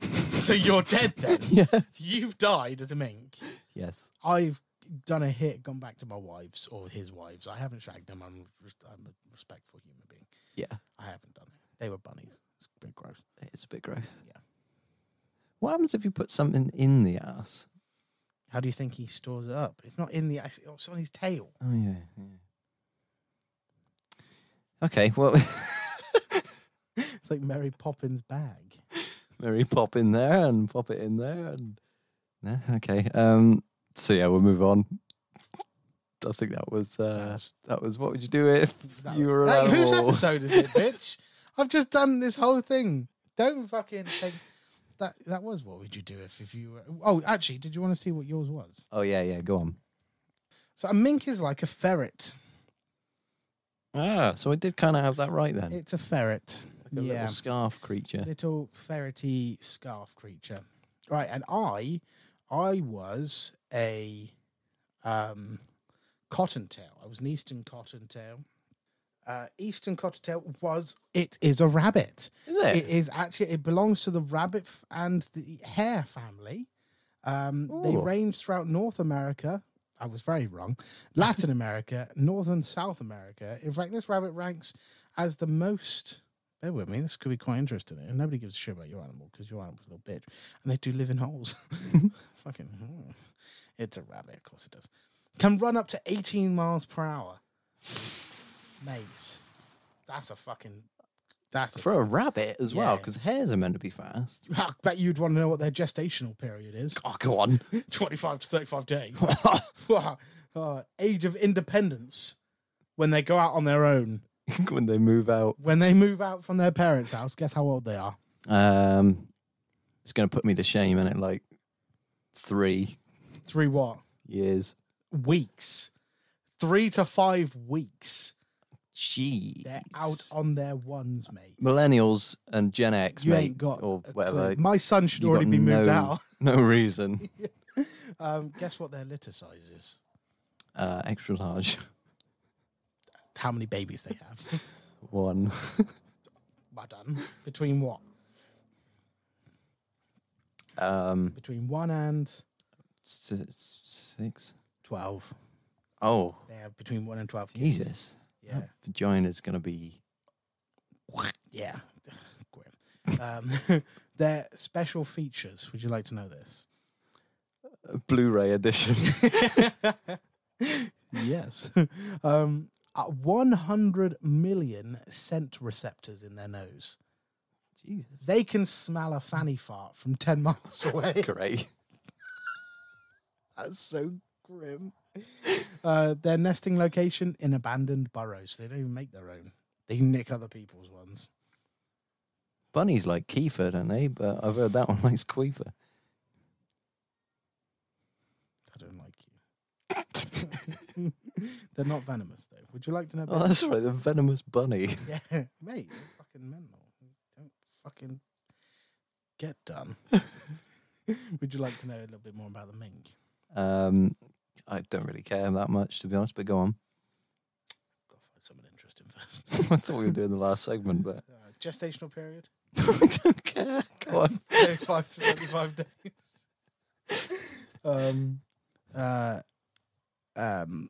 [SPEAKER 4] So you're dead then.
[SPEAKER 2] yeah.
[SPEAKER 4] You've died as a mink.
[SPEAKER 2] Yes.
[SPEAKER 4] I've done a hit, gone back to my wives or his wives. I haven't shagged them. I'm, res- I'm a respectful human being.
[SPEAKER 2] Yeah.
[SPEAKER 4] I haven't done it. They were bunnies. It's a bit gross.
[SPEAKER 2] It's a bit gross.
[SPEAKER 4] Yeah.
[SPEAKER 2] What happens if you put something in the ass?
[SPEAKER 4] How do you think he stores it up? It's not in the ice, it's on his tail.
[SPEAKER 2] Oh yeah. Okay. Well,
[SPEAKER 4] It's like Mary Poppins' bag.
[SPEAKER 2] Mary, pop in there and pop it in there and. No. Okay. Um. So yeah, we'll move on. I think that was uh, that was what would you do if
[SPEAKER 4] That-
[SPEAKER 2] you were an
[SPEAKER 4] Hey, whose
[SPEAKER 2] animal?
[SPEAKER 4] episode is it, bitch? I've just done this whole thing. Don't fucking think that that was what would you do if if you were Oh, actually, did you want to see what yours was?
[SPEAKER 2] Oh yeah, yeah. Go on.
[SPEAKER 4] So a mink is like a ferret.
[SPEAKER 2] Ah, so I did kind of have that right then.
[SPEAKER 4] It's a ferret.
[SPEAKER 2] Like a
[SPEAKER 4] yeah.
[SPEAKER 2] little scarf creature.
[SPEAKER 4] little ferrety scarf creature. Right, and I, I was a um, cottontail. I was an eastern cottontail. Uh, eastern cottontail was it is a rabbit.
[SPEAKER 2] Is it?
[SPEAKER 4] It is actually it belongs to the rabbit f- and the hare family. Um, they
[SPEAKER 2] Ooh.
[SPEAKER 4] range throughout North America. I was very wrong. Latin America, North and South America. In fact, this rabbit ranks as the most. Bear with me. This could be quite interesting. And nobody gives a shit about your animal because your animal's a little bitch, and they do live in holes.
[SPEAKER 2] Mm-hmm.
[SPEAKER 4] Fucking, hmm. it's a rabbit. Of course it does. Can run up to 18 miles per hour. Maze. That's a fucking. That's a
[SPEAKER 2] For a rabbit as well,
[SPEAKER 4] Yeah.
[SPEAKER 2] because hares are meant to be fast.
[SPEAKER 4] I bet you'd want to know what their gestational period is.
[SPEAKER 2] Oh, go on.
[SPEAKER 4] 25 to 35 days. Wow. Uh, age of independence when they go out on their own.
[SPEAKER 2] when they move out.
[SPEAKER 4] When they move out from their parents' house, guess how old they are?
[SPEAKER 2] Um, it's going to put me to shame in it like three
[SPEAKER 4] Three what?
[SPEAKER 2] years.
[SPEAKER 4] Weeks. Three to five weeks.
[SPEAKER 2] Jeez.
[SPEAKER 4] They're out on their ones, mate.
[SPEAKER 2] Millennials and Gen X,
[SPEAKER 4] You
[SPEAKER 2] mate,
[SPEAKER 4] ain't got
[SPEAKER 2] or
[SPEAKER 4] a
[SPEAKER 2] whatever.
[SPEAKER 4] clue. My son should
[SPEAKER 2] You got
[SPEAKER 4] already be moved
[SPEAKER 2] no-
[SPEAKER 4] out.
[SPEAKER 2] No reason.
[SPEAKER 4] Um, guess what their litter size is?
[SPEAKER 2] Uh, extra large.
[SPEAKER 4] How many babies they have?
[SPEAKER 2] One.
[SPEAKER 4] well done. Between what?
[SPEAKER 2] Um,
[SPEAKER 4] Between one and
[SPEAKER 2] s- s- six.
[SPEAKER 4] 12.
[SPEAKER 2] Oh,
[SPEAKER 4] They have between one and 12 kids.
[SPEAKER 2] Jesus.
[SPEAKER 4] Yeah.
[SPEAKER 2] That vagina's going to be.
[SPEAKER 4] Yeah. Grim. Um, their special features. Would you like to know this?
[SPEAKER 2] a Blu-ray edition.
[SPEAKER 4] yes. um, uh, 100 million scent receptors in their nose.
[SPEAKER 2] Jesus.
[SPEAKER 4] They can smell a fanny fart from 10 miles away.
[SPEAKER 2] Great.
[SPEAKER 4] That's so grim. Uh, their nesting location in abandoned burrows. They don't even make their own. They nick other people's ones.
[SPEAKER 2] Bunnies like Kiefer, don't they? But I've heard that one likes Queefer.
[SPEAKER 4] I don't like you. They're not venomous though. Would you like to know?
[SPEAKER 2] Oh,
[SPEAKER 4] about-
[SPEAKER 2] that's right. The venomous bunny.
[SPEAKER 4] Yeah, mate, you're fucking mental. You Don't fucking get done. Would you like to know a little bit more about the mink?
[SPEAKER 2] Um, I don't really care that much, to be honest. But go on.
[SPEAKER 4] Gotta find something interesting first.
[SPEAKER 2] I thought we were doing the last segment, but
[SPEAKER 4] Uh, gestational period,
[SPEAKER 2] I don't care. Go on.
[SPEAKER 4] thirty-five to seventy-five days. Um, uh, um.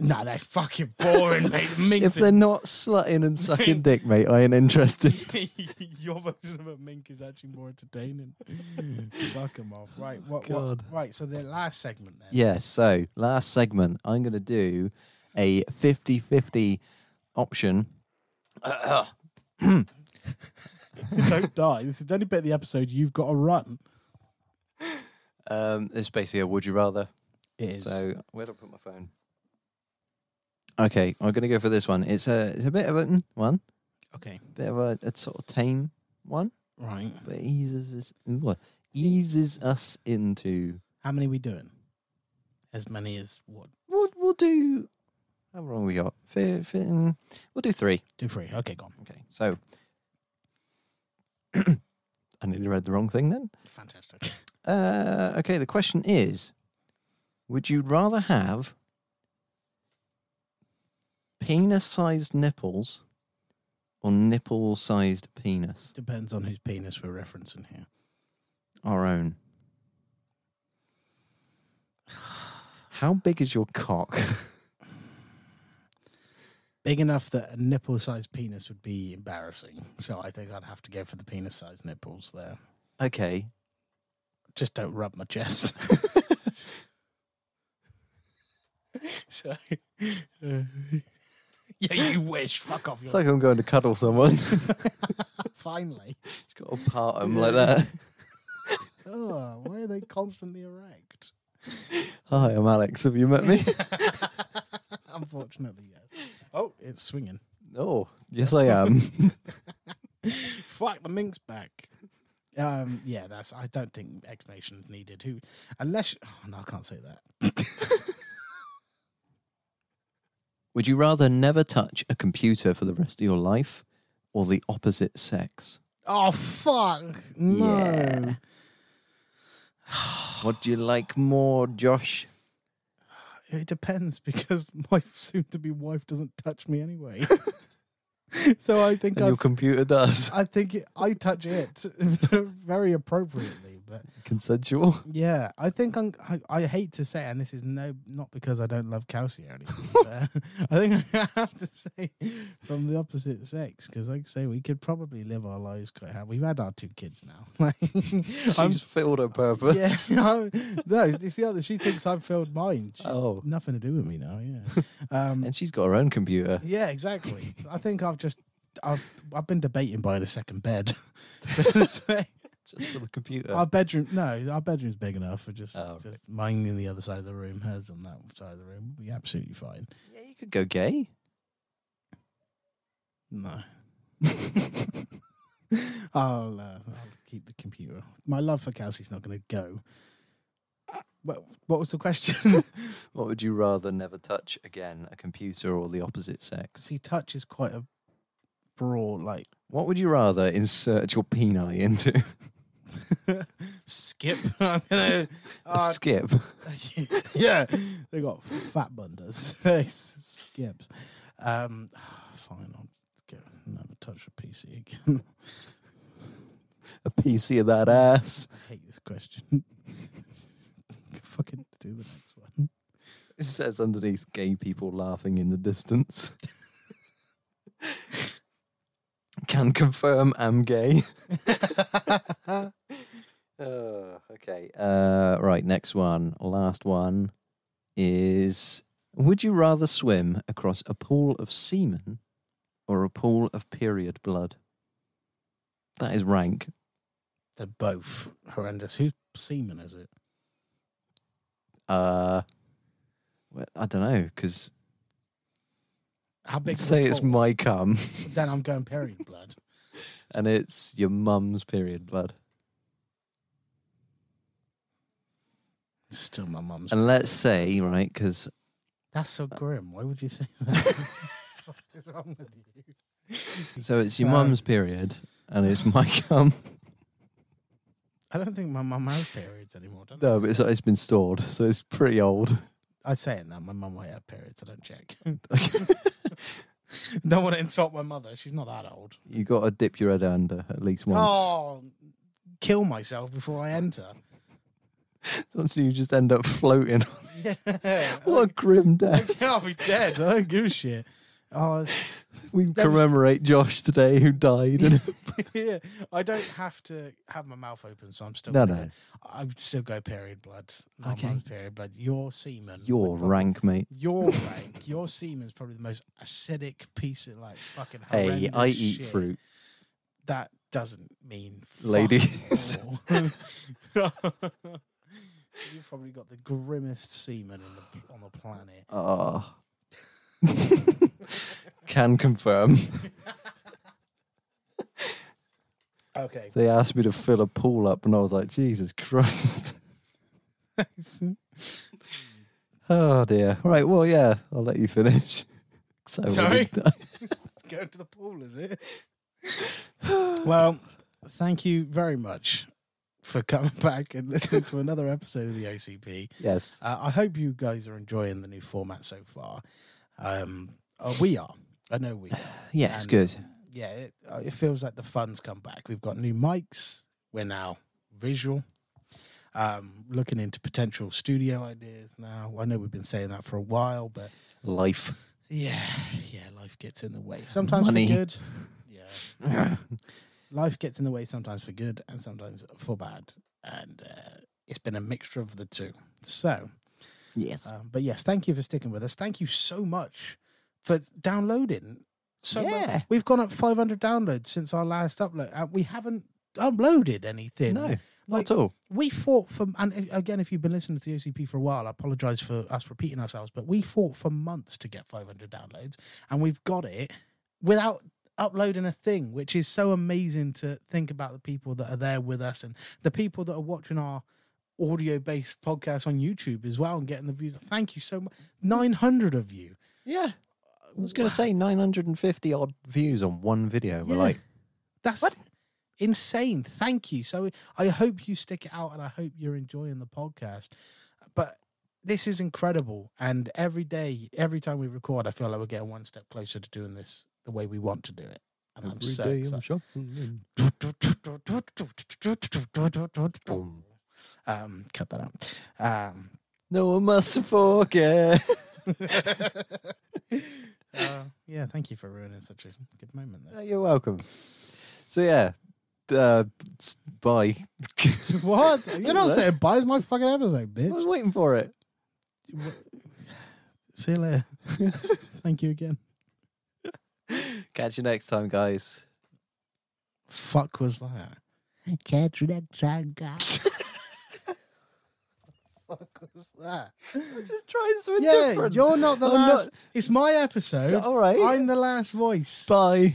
[SPEAKER 4] No, they're fucking boring, mate. The
[SPEAKER 2] If
[SPEAKER 4] Minks are
[SPEAKER 2] they're not slutting and sucking dick, mate, I ain't interested.
[SPEAKER 4] Your version of a mink is actually more entertaining. Fuck 'em off. Right. What,
[SPEAKER 2] God.
[SPEAKER 4] what, right. So the last segment then.
[SPEAKER 2] Yeah, so last segment, I'm going to do a 50 50 option. Uh,
[SPEAKER 4] Don't die. This is the only bit of the episode you've got to run.
[SPEAKER 2] Um, it's basically a would you rather.
[SPEAKER 4] It is.
[SPEAKER 2] So where do I put my phone? Okay, I'm gonna go for this one. It's a it's a bit of a mm, one,
[SPEAKER 4] okay.
[SPEAKER 2] bit of a, a sort of tame one,
[SPEAKER 4] Right.
[SPEAKER 2] but eases us ooh, eases us into.
[SPEAKER 4] How many we doing? As many as what?
[SPEAKER 2] We'll, we'll do. How long we got? Fi fi- mm, we'll do three.
[SPEAKER 4] Do three. Okay, gone.
[SPEAKER 2] Okay, so I nearly read the wrong thing then.
[SPEAKER 4] Fantastic.
[SPEAKER 2] Uh, okay, the question is Would you rather have penis sized nipples or nipple sized penis?
[SPEAKER 4] Depends on whose penis we're referencing here.
[SPEAKER 2] Our own. How big is your cock?
[SPEAKER 4] Big enough that a nipple-sized penis would be embarrassing. So I think I'd have to go for the penis-sized nipples there.
[SPEAKER 2] okay.
[SPEAKER 4] just don't rub my chest. so, uh, yeah, you wish. Fuck off. Your...
[SPEAKER 2] It's like I'm going to cuddle someone.
[SPEAKER 4] Finally.
[SPEAKER 2] it's got a part of 'em like that.
[SPEAKER 4] Oh, why are they constantly erect?
[SPEAKER 2] Hi, I'm Alex. Have you met me?
[SPEAKER 4] Unfortunately, yes. Oh, it's swinging.
[SPEAKER 2] oh, yes, I am.
[SPEAKER 4] Fuck the mink's back. Um, yeah, that's. I don't think explanation is needed. Who, unless oh, no, I can't say that.
[SPEAKER 2] Would you rather never touch a computer for the rest of your life or the opposite sex?
[SPEAKER 4] Oh fuck! No.
[SPEAKER 2] Yeah. What do you like more, Josh?
[SPEAKER 4] It depends because my soon-to-be wife doesn't touch me anyway. so I think
[SPEAKER 2] And
[SPEAKER 4] I,
[SPEAKER 2] your computer does.
[SPEAKER 4] I think it, I touch it very appropriately. But
[SPEAKER 2] Consensual.
[SPEAKER 4] yeah, I think I'm, I I hate to say, it, and this is no not because I don't love Kelsey or anything. but I think I have to say from the opposite sex because, like I say, we could probably live our lives quite happy. We've had our two kids now. Like, I'm-
[SPEAKER 2] She's filled her purpose.
[SPEAKER 4] yeah, no, no, it's the other. She thinks I've filled mine. She-
[SPEAKER 2] Oh.
[SPEAKER 4] nothing to do with me now. Yeah, um,
[SPEAKER 2] And she's got her own computer.
[SPEAKER 4] yeah, exactly. I think I've just I've I've been debating buying a second bed. Because
[SPEAKER 2] Just for the computer.
[SPEAKER 4] our bedroom, no, our bedroom's big enough. For just
[SPEAKER 2] Oh, right.
[SPEAKER 4] just mine in the other side of the room, hers on that side of the room, would be absolutely fine.
[SPEAKER 2] yeah, you could go gay.
[SPEAKER 4] No. I'll, uh, I'll keep the computer. My love for Kelsey's not going to go. What, what was the question?
[SPEAKER 2] What would you rather never touch again, a computer or the opposite sex?
[SPEAKER 4] See, touch is quite a broad, like
[SPEAKER 2] What would you rather insert your peni into?
[SPEAKER 4] skip. I'm gonna
[SPEAKER 2] A
[SPEAKER 4] uh,
[SPEAKER 2] skip.
[SPEAKER 4] yeah, they got fat bunders. Skips. Um, fine, I'll get another touch of PC again.
[SPEAKER 2] A PC of that ass.
[SPEAKER 4] I hate this question. Fucking do the next one.
[SPEAKER 2] It says underneath gay people laughing in the distance. Can confirm I'm gay. Oh, okay. Uh, right, next one. Last one is Would you rather swim across a pool of semen or a pool of period blood? That is rank.
[SPEAKER 4] They're both horrendous. Who's semen is it?
[SPEAKER 2] Uh, well, I don't know, because
[SPEAKER 4] How big? is the
[SPEAKER 2] say it's
[SPEAKER 4] pole?
[SPEAKER 2] my cum
[SPEAKER 4] then I'm going period blood.
[SPEAKER 2] and it's your mum's period blood.
[SPEAKER 4] It's still my mum's.
[SPEAKER 2] And let's say, right, because
[SPEAKER 4] That's so grim. Why would you say that? What's wrong with you?
[SPEAKER 2] so it's your
[SPEAKER 4] Uh,
[SPEAKER 2] mum's period and it's my cum.
[SPEAKER 4] I don't think my mum has periods anymore. Don't
[SPEAKER 2] No,
[SPEAKER 4] I?
[SPEAKER 2] but it's, it's been stored, so it's pretty old.
[SPEAKER 4] I say it now. My mum might have periods. I don't check. don't want to insult my mother. She's not that old.
[SPEAKER 2] You got to dip your head under at least once.
[SPEAKER 4] Oh, kill myself before I enter.
[SPEAKER 2] Once you just end up floating.
[SPEAKER 4] Yeah,
[SPEAKER 2] what a grim death.
[SPEAKER 4] I'll be dead. I don't give a shit. Oh, it's-
[SPEAKER 2] We
[SPEAKER 4] was-
[SPEAKER 2] commemorate Josh today who died. And
[SPEAKER 4] yeah. I don't have to have my mouth open, so I'm still.
[SPEAKER 2] No,
[SPEAKER 4] gonna
[SPEAKER 2] no.
[SPEAKER 4] go- I would still go period blood. My
[SPEAKER 2] Okay.
[SPEAKER 4] mum's period blood. Your semen. would
[SPEAKER 2] your
[SPEAKER 4] probably-
[SPEAKER 2] rank, mate.
[SPEAKER 4] Your rank. Your semen's probably the most acidic piece of like fucking.
[SPEAKER 2] Hey, I
[SPEAKER 4] horrendous
[SPEAKER 2] eat
[SPEAKER 4] shit.
[SPEAKER 2] fruit.
[SPEAKER 4] that doesn't mean fuck
[SPEAKER 2] Ladies.
[SPEAKER 4] all. You've probably got the grimmest semen in the, on the planet.
[SPEAKER 2] Ah. Can confirm.
[SPEAKER 4] Okay.
[SPEAKER 2] They asked me to fill a pool up, and I was like, Jesus Christ. Oh, dear. Right. Well, yeah, I'll let you finish. 'Cause I already
[SPEAKER 4] Sorry?
[SPEAKER 2] died.
[SPEAKER 4] Going to the pool, is it? well, thank you very much for coming back and listening to another episode of the OCP.
[SPEAKER 2] Yes.
[SPEAKER 4] Uh, I hope you guys are enjoying the new format so far. Um, uh, we are. I know we are.
[SPEAKER 2] Yeah, it's good.
[SPEAKER 4] Uh, yeah, it, uh, it feels like the fun's come back. We've got new mics. We're now visual. Um, looking into potential studio ideas now. I know we've been saying that for a while, but
[SPEAKER 2] Life.
[SPEAKER 4] yeah, yeah, life gets in the way. Sometimes
[SPEAKER 2] Money.
[SPEAKER 4] for good. Yeah. life gets in the way sometimes for good and sometimes for bad. And uh, it's been a mixture of the two. So,
[SPEAKER 2] Yes.
[SPEAKER 4] um, but yes, thank you for sticking with us. Thank you so much for downloading. So much.
[SPEAKER 2] Yeah.
[SPEAKER 4] we've gone up 500 downloads since our last upload. and we haven't uploaded anything.
[SPEAKER 2] No, not
[SPEAKER 4] uh, like-
[SPEAKER 2] at all.
[SPEAKER 4] We fought for, and if- again, if you've been listening to the OCP for a while, I apologize for us repeating ourselves, but we fought for months to get 500 downloads and we've got it without uploading a thing, which is so amazing to think about the people that are there with us and the people that are watching our audio based podcast on YouTube as well and getting the views. Thank you so much. 900 of you.
[SPEAKER 2] Yeah.
[SPEAKER 5] I was going to say 950 odd views on one video. We're
[SPEAKER 4] Yeah.
[SPEAKER 5] like,
[SPEAKER 4] That's insane. Thank you. So I hope you stick it out and I hope you're enjoying the podcast. But this is incredible. And every day, every time we record, I feel like we're getting one step closer to doing this the way we want to do it. And I'm
[SPEAKER 2] Every
[SPEAKER 4] so
[SPEAKER 2] day I'm
[SPEAKER 4] excited.
[SPEAKER 2] shuffling. Boom.
[SPEAKER 4] Um, cut that out. Um,
[SPEAKER 2] No one must forget.
[SPEAKER 4] uh, yeah, thank you for ruining such a good moment.
[SPEAKER 2] Uh,
[SPEAKER 4] There.
[SPEAKER 2] You're welcome. So yeah, uh, s- bye.
[SPEAKER 4] what? You're not
[SPEAKER 2] What?
[SPEAKER 4] saying bye. It's my fucking episode,
[SPEAKER 2] I
[SPEAKER 4] bitch.
[SPEAKER 2] was waiting for it.
[SPEAKER 4] See you later. thank you again.
[SPEAKER 2] Catch you next time, guys.
[SPEAKER 4] Fuck was that? Catch you next time, guys. Fuck was that?
[SPEAKER 2] Just try something
[SPEAKER 4] Yeah,
[SPEAKER 2] different.
[SPEAKER 4] you're not the
[SPEAKER 2] I'm not-
[SPEAKER 4] last. It's my episode.
[SPEAKER 2] all right.
[SPEAKER 4] I'm the last voice.
[SPEAKER 2] Bye.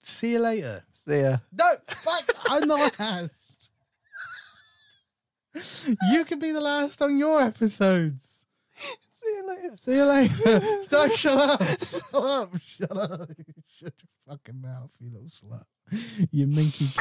[SPEAKER 4] See you later.
[SPEAKER 2] See ya.
[SPEAKER 4] No, fuck. I'm the last. You can be the last on your episodes.
[SPEAKER 2] See you later.
[SPEAKER 4] See you later. Stop, shut up. Shut up. Shut up. Shut your fucking mouth, you little slut. You minky